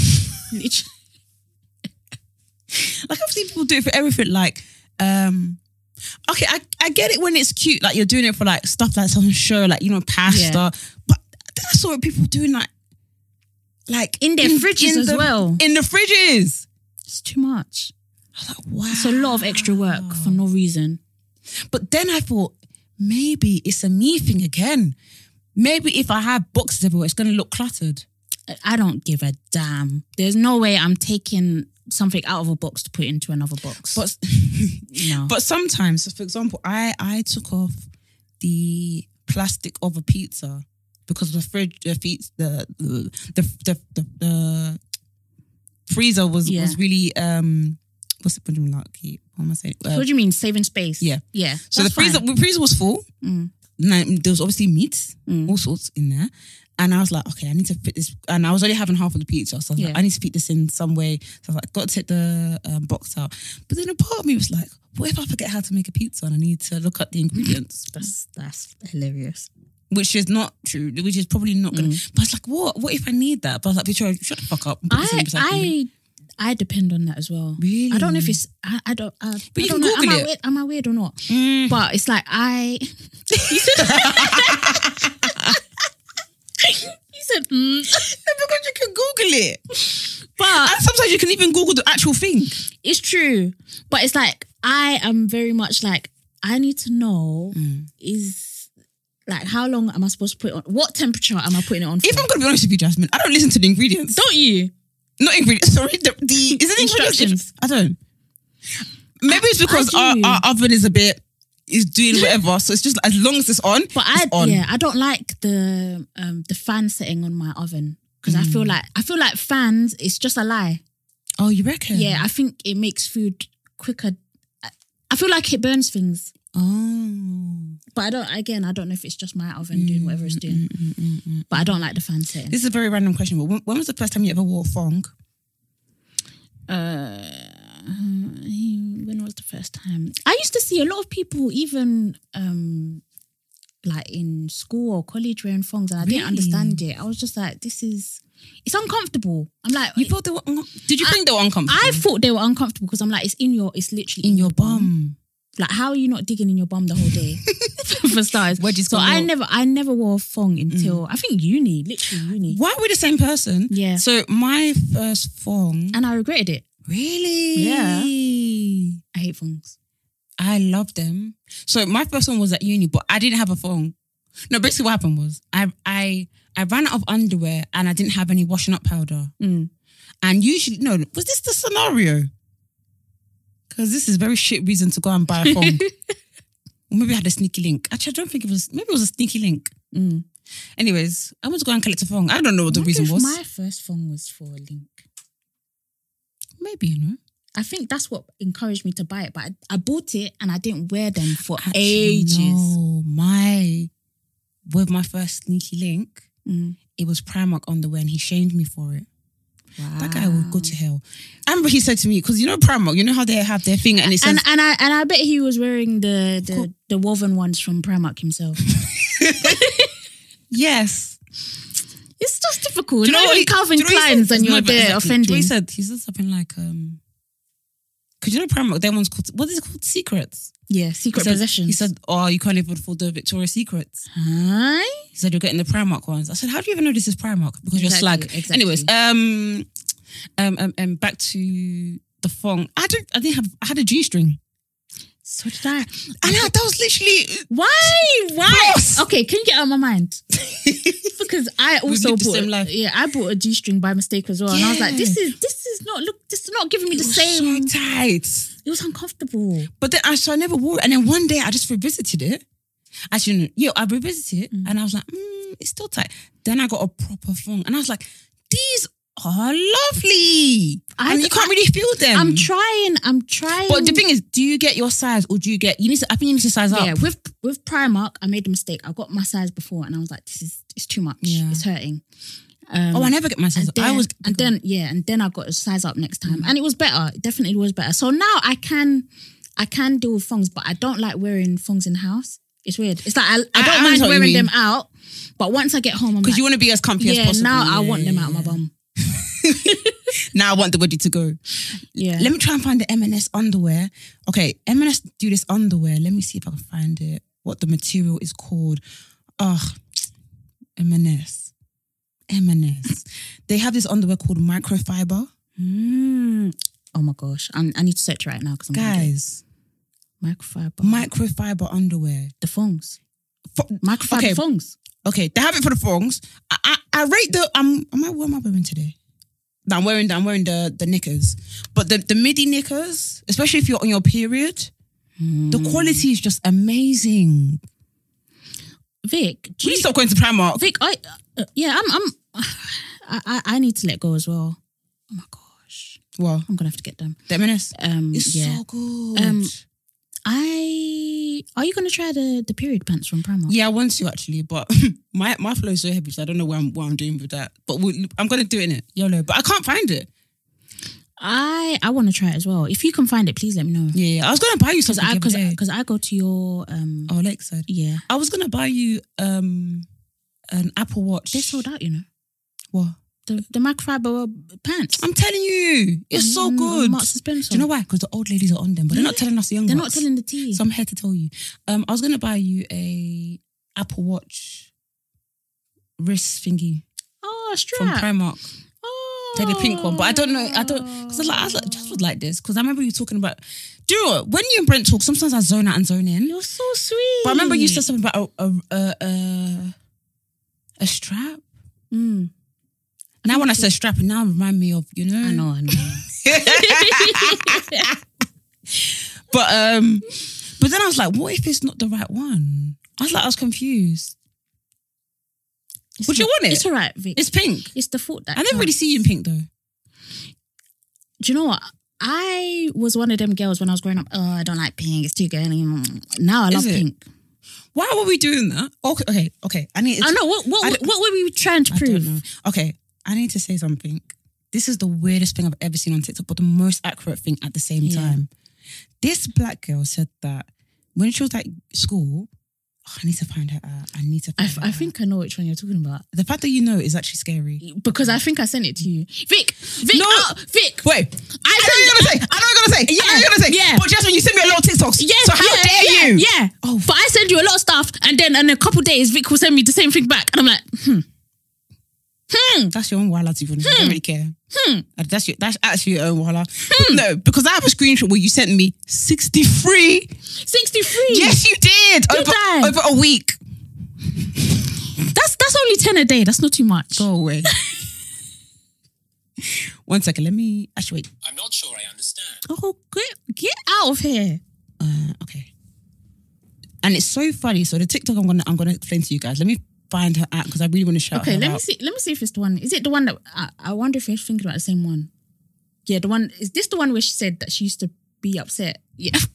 Literally.
Like I've seen people do it for everything. Like, um, okay, I, I get it when it's cute, like you're doing it for like stuff like some show, like you know, pasta.
Yeah.
But then I saw people doing like like
In their fridges as
the-
well.
In the fridges.
It's too much.
I was like, wow.
It's a lot of extra work for no reason.
But then I thought, maybe it's a me thing again. Maybe if I have boxes everywhere, it's gonna look cluttered.
I- I don't give a damn. There's no way I'm taking something out of a box to put into another box. *laughs*
But
no.
but sometimes, so for example, I I took off the plastic of a pizza because the fridge the feet the the the the, the, the freezer was
Yeah.
was really um what's it what do you mean, like what am I saying Uh,
what do you mean saving space?
yeah.
yeah.
so the
that's fine.
freezer the freezer was full.
Mm.
And I- there was obviously meat,
Mm.
all sorts in there. And I was like, okay, I need to fit this. And I was only having half of the pizza. So I was
Yeah.
like, I need to fit this in some way. So I was like, got to take the um, box out. But then a part of me was like, what if I forget how to make a pizza and I need to look at the ingredients?
That's that's hilarious.
which is not true, which is probably not going to.
Mm.
But I was like, what? What if I need that? But I was like, Victoria, shut the fuck up. and put this in
I
beside the ingredients."
I I depend on that as well.
Really?
I don't know if it's I, I don't. I,
But
I
you
don't
can
know. am
Google
I
it. Mm.
weird? Am I weird or not? But it's like I. *laughs* you said, mm.
*laughs* No, because you can Google it.
*laughs* but
And sometimes you can even Google the actual thing.
It's true. But it's like I am very much like I need to know
Mm.
is like how long am I supposed to put it on? What temperature am I putting it on for?
If I'm going to be honest with you, Jasmine, I don't listen to the ingredients.
Don't you?
not ingredients. Sorry, the, the is it ingredients?
Instructions.
I don't. Maybe it's because
I
our,
do.
our oven is a bit is doing whatever. so it's just as long as it's on.
But
it's
I
on.
yeah, I don't like the um the fan setting on my oven. Because I
Mm.
feel like I feel like fans, it's just a lie.
Oh, you reckon?
Yeah, I think it makes food quicker. I- I feel like it burns things.
Oh.
But I don't again, I don't know if it's just my oven doing whatever it's
Mm,
doing. But I don't like the fan setting.
This is a very random question. But when, when was the first time you ever wore a thong?
uh, when was the first time? I used to see a lot of people, even um, like in school or college, wearing thongs, and I didn't
Really?
understand it. I was just like, "This is it's uncomfortable." I'm like,
You thought they were. Did you think they were uncomfortable?
I thought they were uncomfortable because I'm like, "It's in your, it's literally in, your bum." Like, how are you not digging in your bum the whole
*laughs*
day? *laughs* For starters,
Where do you
so
come
I
out? Mm.
never, I never wore a thong until I think uni, literally uni,
Why are we the same person?
Mm. Yeah. Uh,
So my first thong.
and I regretted it.
Really? Yeah.
I hate thongs.
I love them. So my first one was at uni, but I didn't have a phone. No, basically what happened was I I I ran out of underwear and I didn't have any washing up powder.
Mm.
And usually, no, was this the scenario? Because this is very shit reason to go and buy a *laughs* phone. or maybe I had a sneaky link. Actually, I don't think it was. Maybe it was a sneaky link.
Mm.
Anyways, I went to go and collect a phone. I don't know what the
Wonder
reason
if
was.
My first phone was for a link.
Maybe you know.
I think that's what encouraged me to buy it. But I, I bought it and I didn't wear them
*sighs*
for
Actually,
ages.
No, my with my first sneaky link,
Mm.
it was Primark underwear, and he shamed me for it. That guy would go to hell.
I remember he said to me, because you know Primark, you know how they have their thing and it says,
And and I and I bet he was wearing the the, the woven ones from Primark
*laughs*
himself.
Yes,
It's just difficult.
Do you know
Not
what
even
he-
Calvin
do you know what he
Klein's
said?
and
No,
you're
but
there
exactly. Do you know
offending.
he said he said something like, um,
because you know Primark, their one's called, what is it called? Secrets.
yeah,
He
secret
said-
possessions.
He said, oh, you can't even afford the Victoria's Secrets.
Hi.
He said, you're getting the Primark ones. I said, how do you even know this is Primark? Because you're slag.
Exactly, exactly.
Anyways, um, um, um, um, back to the thong. I don't, I didn't have, I had a G-string.
So did I.
And I, that was literally,
Why? Why?
Gross.
Okay, can you get out of my
*laughs*
mind? because I also
live the
bought
same life.
yeah, I bought a G string by mistake as well, and I was like,
Yeah.
this is this is not look, this is not giving me
it
the
was
same.
so tight.
it was uncomfortable.
But then I so I never wore it. And then one day I just revisited it. Actually, no, yeah, I revisited it and I was like, mm, it's still tight. Then I got a proper thong and I was like, these are lovely.
I-
and you can't really feel them.
I'm trying. I'm trying.
Mm. but the thing is, do you get your size or do you get you need to I think you need to size up.
yeah, with with Primark, I made a mistake. I got my size before, and I was like, this is it's too much.
Yeah.
It's hurting. Um,
oh, I never get my size
and
up.
then,
I was Mm.
and then yeah, and then I got a size up next time, and it was better. It definitely was better. So now I can, I can deal with thongs, but I don't like wearing thongs in house. It's weird. It's like I, I
I
don't mind
understand what you
wearing
mean.
them out, but once I get home, I'm like,
because you want to be as comfy
yeah,
as possible.
now I
Yeah,
want them out of my
yeah.
bum.
Now I want the body to go.
Yeah,
Let me try and find the M&S underwear. Okay, M&S do this underwear. Let me see if I can find it. What the material is called? Ugh, M&S. M&S. They have this underwear called microfiber.
Mm. Oh my gosh, i I need to search right now because I'm gonna get
Guys,
microfiber
microfiber underwear.
the thongs,
Fo-
microfiber
Okay.
thongs.
Okay, they have it for the thongs. I, I, I rate the. Um, am I what am I wearing today? No, I'm wearing I'm wearing the the knickers, but the the midi knickers, especially if you're on your period, the
Hmm.
quality is just amazing.
Vic, do
We
you,
need to stop going to Primark.
Vic, I uh, yeah, I'm I'm *sighs* I, I I need to let go as well. Oh my gosh,
Well,
I'm gonna have to get them.
the M&S.
Um,
It's
yeah.
so good.
Um, I are you gonna try the the period pants from Primark?
yeah, I want to actually, but *laughs* my my flow is so heavy, so I don't know what I'm what I'm doing with that. But we, I'm gonna do it in it YOLO. But I can't find it.
I I want to try it as well. If you can find it, please let me know.
Yeah, I was gonna buy you
Because
something.
I because
the other day.
because I go to your um
oh Lakeside.
yeah
I was gonna buy you um an Apple Watch.
they sold out you know
What?
the the microfiber pants.
I'm telling you, it's Oh, so
Mm,
good.
Marks and Spencer.
Do you know why? Because the old ladies are on them, but they're not telling us the young
They're
ones.
not telling the tea.
So I'm here to tell you. Um, I was gonna buy you a Apple Watch wrist thingy
oh
from
strap.
Primark.
oh.
They had a pink one, but I don't know. I don't because I, was like, I was like, just would like this because I remember you talking about. Do you know what? when you and Brent talk? Sometimes I zone out and zone in.
You're so sweet.
But I remember you said something about a a a, a, a strap.
Mm,
Now when I said strap, it now remind me of you know.
I know. I
*laughs*
know.
But um, but then I was like, what if it's not the right one? I was like, I was confused. Would you want it?
It's alright, Vic.
It's pink.
It's the thought that
I never
counts.
really see you in pink though.
do you know what? I was one of them girls when I was growing up. Oh, I don't like pink. It's too girly. Now I
Is
love
it?
pink.
Why were we doing that? Okay, okay, okay. I need.
I know what
I
what
don't-
what were we trying to
I don't
prove?
know. Okay, I need to say something. This is the weirdest thing I've ever seen on TikTok, but the most accurate thing at the same
Yeah.
time. This black girl said that when she was at school, oh, I need to find her out. I need to
I,
find her
I
out.
think I know which one you're talking about
the fact that you know is actually scary.
because I think I sent it to you, Vic. Vic,
No.
oh, Vic.
Wait, I, know what you're gonna say. I know what you're gonna say. Yeah, I know what you're gonna say.
Yeah.
But just when you send me a lot of TikToks.
Yeah.
So how
yeah,
dare
yeah,
you?
Yeah. Oh, but I send you a lot of stuff, and then in a couple days, Vic will send me the same thing back, and I'm like, hmm, hmm.
That's your own wala to I don't really care. Uh, That's your that's actually your own wala. No, because I have a screenshot where you sent me 63.
Sixty three.
Yes, you Hmm. did. over,
I?
over a week.
That's that's only ten a day. That's not too much.
Go away. *laughs* One second, let me actually wait.
I'm not sure I understand.
Oh, get get out of here.
Uh, okay. And it's so funny. So the TikTok I'm gonna I'm gonna explain to you guys. Let me find her out because I really want to shout
Okay,
her
let
out.
me see. Let me see if it's the one. Is it the one that I, I wonder if you're thinking about the same one? Yeah, the one is this the one where she said that she used to be upset? Yeah. *laughs*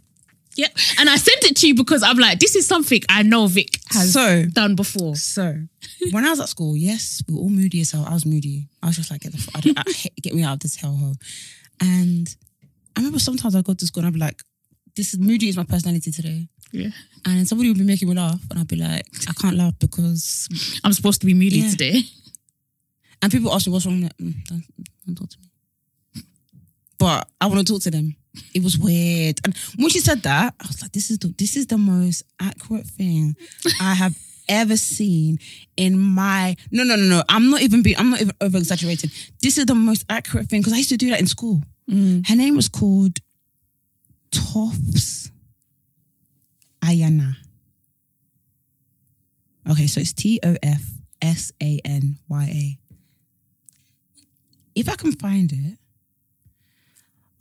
Yeah. And I sent it to you because I'm like, this is something I know Vic has
So
done before.
So, when I was at school, yes, we were all moody as hell. I was moody. I was just like, get the fuck, I don't, I hate, get me out of this hellhole. And I remember sometimes I go to school and I'd be like, this is moody is my personality today.
Yeah.
And then somebody would be making me laugh, and I'd be like, I can't laugh because.
I'm supposed to be moody
Yeah.
today.
And people ask me what's wrong. I'm like, "Mm, don't, don't talk to me. But I want to talk to them. It was weird. And when she said that, I was like, this is the this is the most accurate thing I have ever seen in my no no no no. I'm not even being I'm not even over exaggerating. This is the most accurate thing because I used to do that in school. Her name was called Toffs Ayana. Okay, so it's T O F S A N Y A. If I can find it,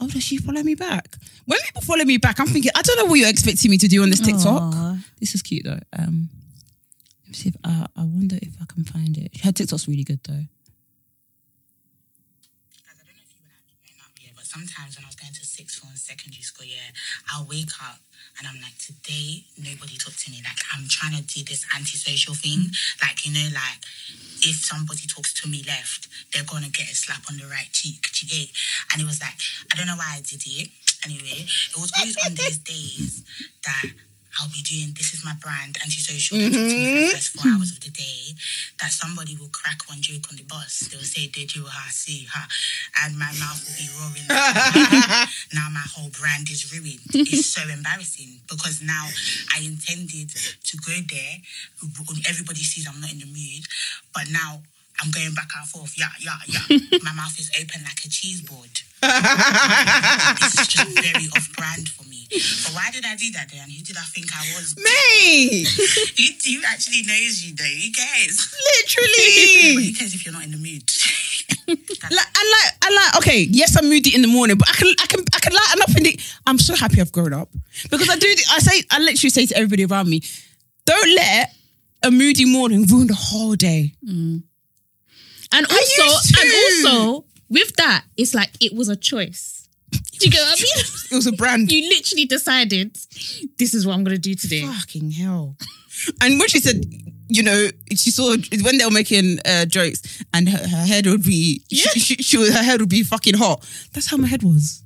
oh, does she follow me back? When people follow me back, I'm thinking, I don't know what you're expecting me to do on this TikTok.
Aw.
This is cute though. Um, let me see if uh, I, I wonder if I can find it. Her TikTok's really good though.
guys, I don't know if you were at growing up yet, but sometimes when I was going to sixth form, secondary school, yeah, I'll wake up and I'm like, today nobody talk to me. Like I'm trying to do this antisocial thing. Like, you know, like if somebody talks to me left, they're gonna get a slap on the right cheek. do you get it? And it was like, I don't know why I did it. Anyway, it was always on these days that I'll be doing this is my brand antisocial don't talk to me for the first four hours of the day that somebody will crack one joke on the bus. They'll say, Did you ha see ha? And my mouth will be roaring. *laughs* now my whole brand is ruined. It's so embarrassing because now I intended to go there. Everybody sees I'm not in the mood, but now I'm going back and forth. Yeah, yeah, yeah. my mouth is open like a cheese board this is just very off brand for me. But why did I do that then? Who did I think I was?
Me,
Who, who actually knows you though? Who cares? But
literally. *laughs*
who cares if you're not in the mood? *laughs*
Like, I like, I like. Okay, yes, I'm moody in the morning, but I can, I can, I can lighten up in the. I'm so happy I've grown up because I do. I say, I literally say to everybody around me, don't let a moody morning ruin the whole day. *laughs*
And
used
also,
to.
and also, with that, it's like it was a choice. Do you get what I
*laughs*
mean?
It was a brand.
you literally decided this is what I'm gonna do today.
Fucking hell. *laughs* And when she said, you know, she saw when they were making uh, jokes and her, her head would be, she-
Yeah.
she, she, was her head would be fucking hot. That's how my head *laughs* was.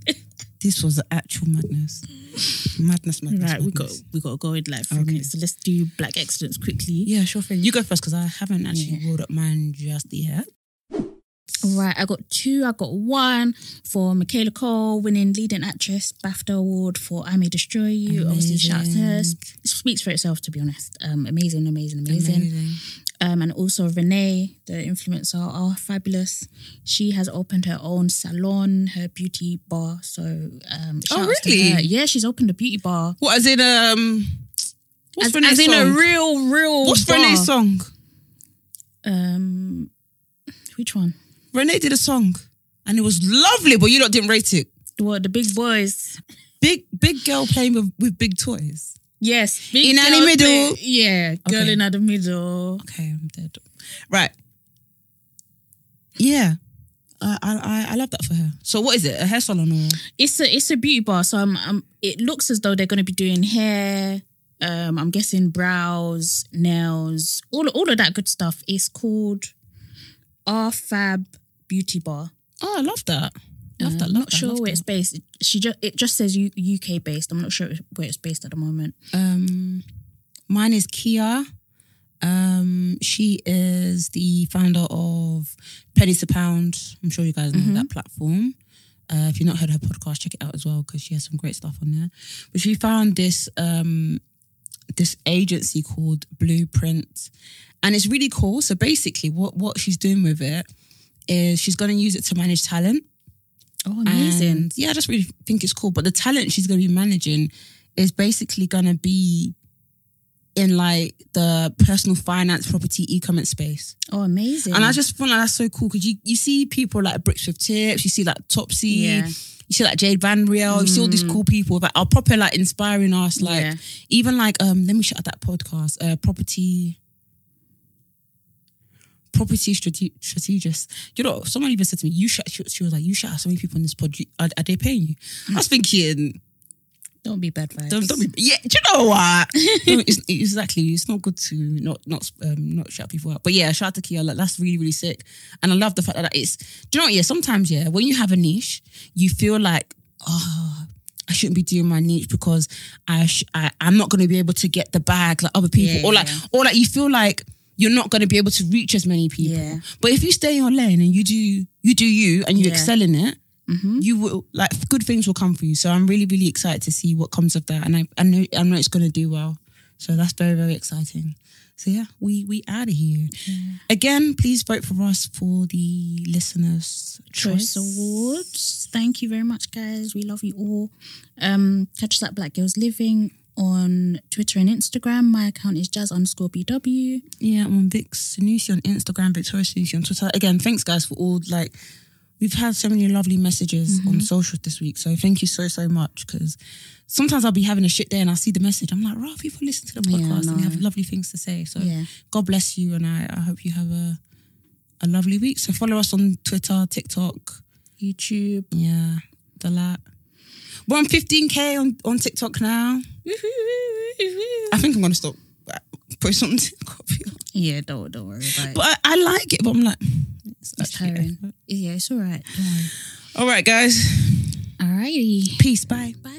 this was the actual madness. Madness, madness.
Right, we got
madness.
we got to go in like three minutes. So let's do black excellence quickly.
Yeah, sure thing. You go first because I haven't actually rolled up mine just yet.
Right, I got two. I got one for Michaela Cole winning leading actress BAFTA award for I May Destroy You. Obviously, shout out to her. Sp- Speaks for itself, to be honest. Um, amazing, amazing, amazing. Um, and also Renee, the influencer, are fabulous. She has opened her own salon, her beauty bar. So, um, shout outs to
Oh, really?
her. Yeah, she's opened a beauty bar.
What, as in, um, what's
as,
Renee's
as in
song?
a real, real.
what's
bar.
Renee's song?
Um, which one?
Renee did a song and it was lovely, but you lot didn't rate it.
The what? The big boys.
Big, big girl playing with, with big toys.
Yes, big
In
girl
the middle.
play- Yeah, girl
Okay.
in the middle.
Okay, I'm dead. Right. Yeah. I I I- I love that for her. So what is it? A hair salon or
It's a it's a beauty bar, so I'm, i It looks as though they're going to be doing hair. Um, I'm guessing brows, nails, all all of that good stuff. It's called R Fab Beauty Bar.
Oh, I love that. Love
I'm
that.
not sure where it's based. She just it just says U- UK based. I'm not sure where it's based at the moment.
Um mine is Kia. Um she is the founder of Pennies to Pound. I'm sure you guys know that platform. Uh, if you've not heard her podcast, check it out as well because she has some great stuff on there. But she found this um, this agency called Blueprint, and it's really cool. So basically, what what she's doing with it is she's going to use it to manage talent.
Oh, amazing!
And yeah, I just really think it's cool. But the talent she's going to be managing is basically going to be in like the personal finance, property, e-commerce space.
oh, amazing!
And I just find like that's so cool because you, you see people like Bricks with Tips, you see like Topsy,
Yeah. Mm.
you see like Jade Van Riel, you see all these cool people that are proper like inspiring us. Like
Yeah.
even like um, let me shout out that podcast, uh, Property. property strate- strategist. You know, someone even said to me, "You shout." She, she was like, "You shout out so many people in this pod. you- Are, are they paying you?" I
Mm.
was thinking,
Don't be bad vibes.
don't, don't be. Yeah, do you know what? No, it's, it's exactly. It's not good to not not um, not shout people out. But yeah, shout out to Kia. Like that's really really sick. And I love the fact that it's. Do you know? What, yeah, sometimes yeah, when you have a niche, you feel like oh. I shouldn't be doing my niche because I, sh- I I'm not going to be able to get the bag like other people,
Yeah,
or like
yeah.
or like you feel like you're not going to be able to reach as many people.
Yeah.
But if you stay in your lane and you do you do you and you
Yeah. Mm-hmm.
excel in it, you will like good things will come for you. So I'm really really excited to see what comes of that, and I I know I know it's going to do well. So that's very very exciting. So yeah, we we out of here. Again, please vote for us for the listeners' choice.
Choice Awards. Thank you very much, guys. We love you all. Um, catch us at Black Girls Living on Twitter and Instagram. My account is jazz underscore BW.
Yeah, I'm on Vix Sanusi on Instagram, Victoria Sanusi on Twitter. Again, thanks guys for all like we've had so many lovely messages
Mm-hmm.
on social this week. So thank you so so much because sometimes I'll be having a shit day and I see the message. I'm like, rah, people listen to the
Yeah, I
podcast and they
know.
have lovely things to say. So
Yeah.
God bless you, and I, I hope you have a a lovely week. So follow us on Twitter, TikTok,
YouTube.
yeah, the lot. We're on 15k on, on TikTok now. I think I'm gonna stop uh, posting *laughs* on TikTok.
Yeah, don't don't worry about it.
But I, I like it, but I'm like, "Mm, it's
it's
actually
tiring.
effort.
Yeah, it's all right.
All right, guys.
All righty.
Peace. Bye.
Bye.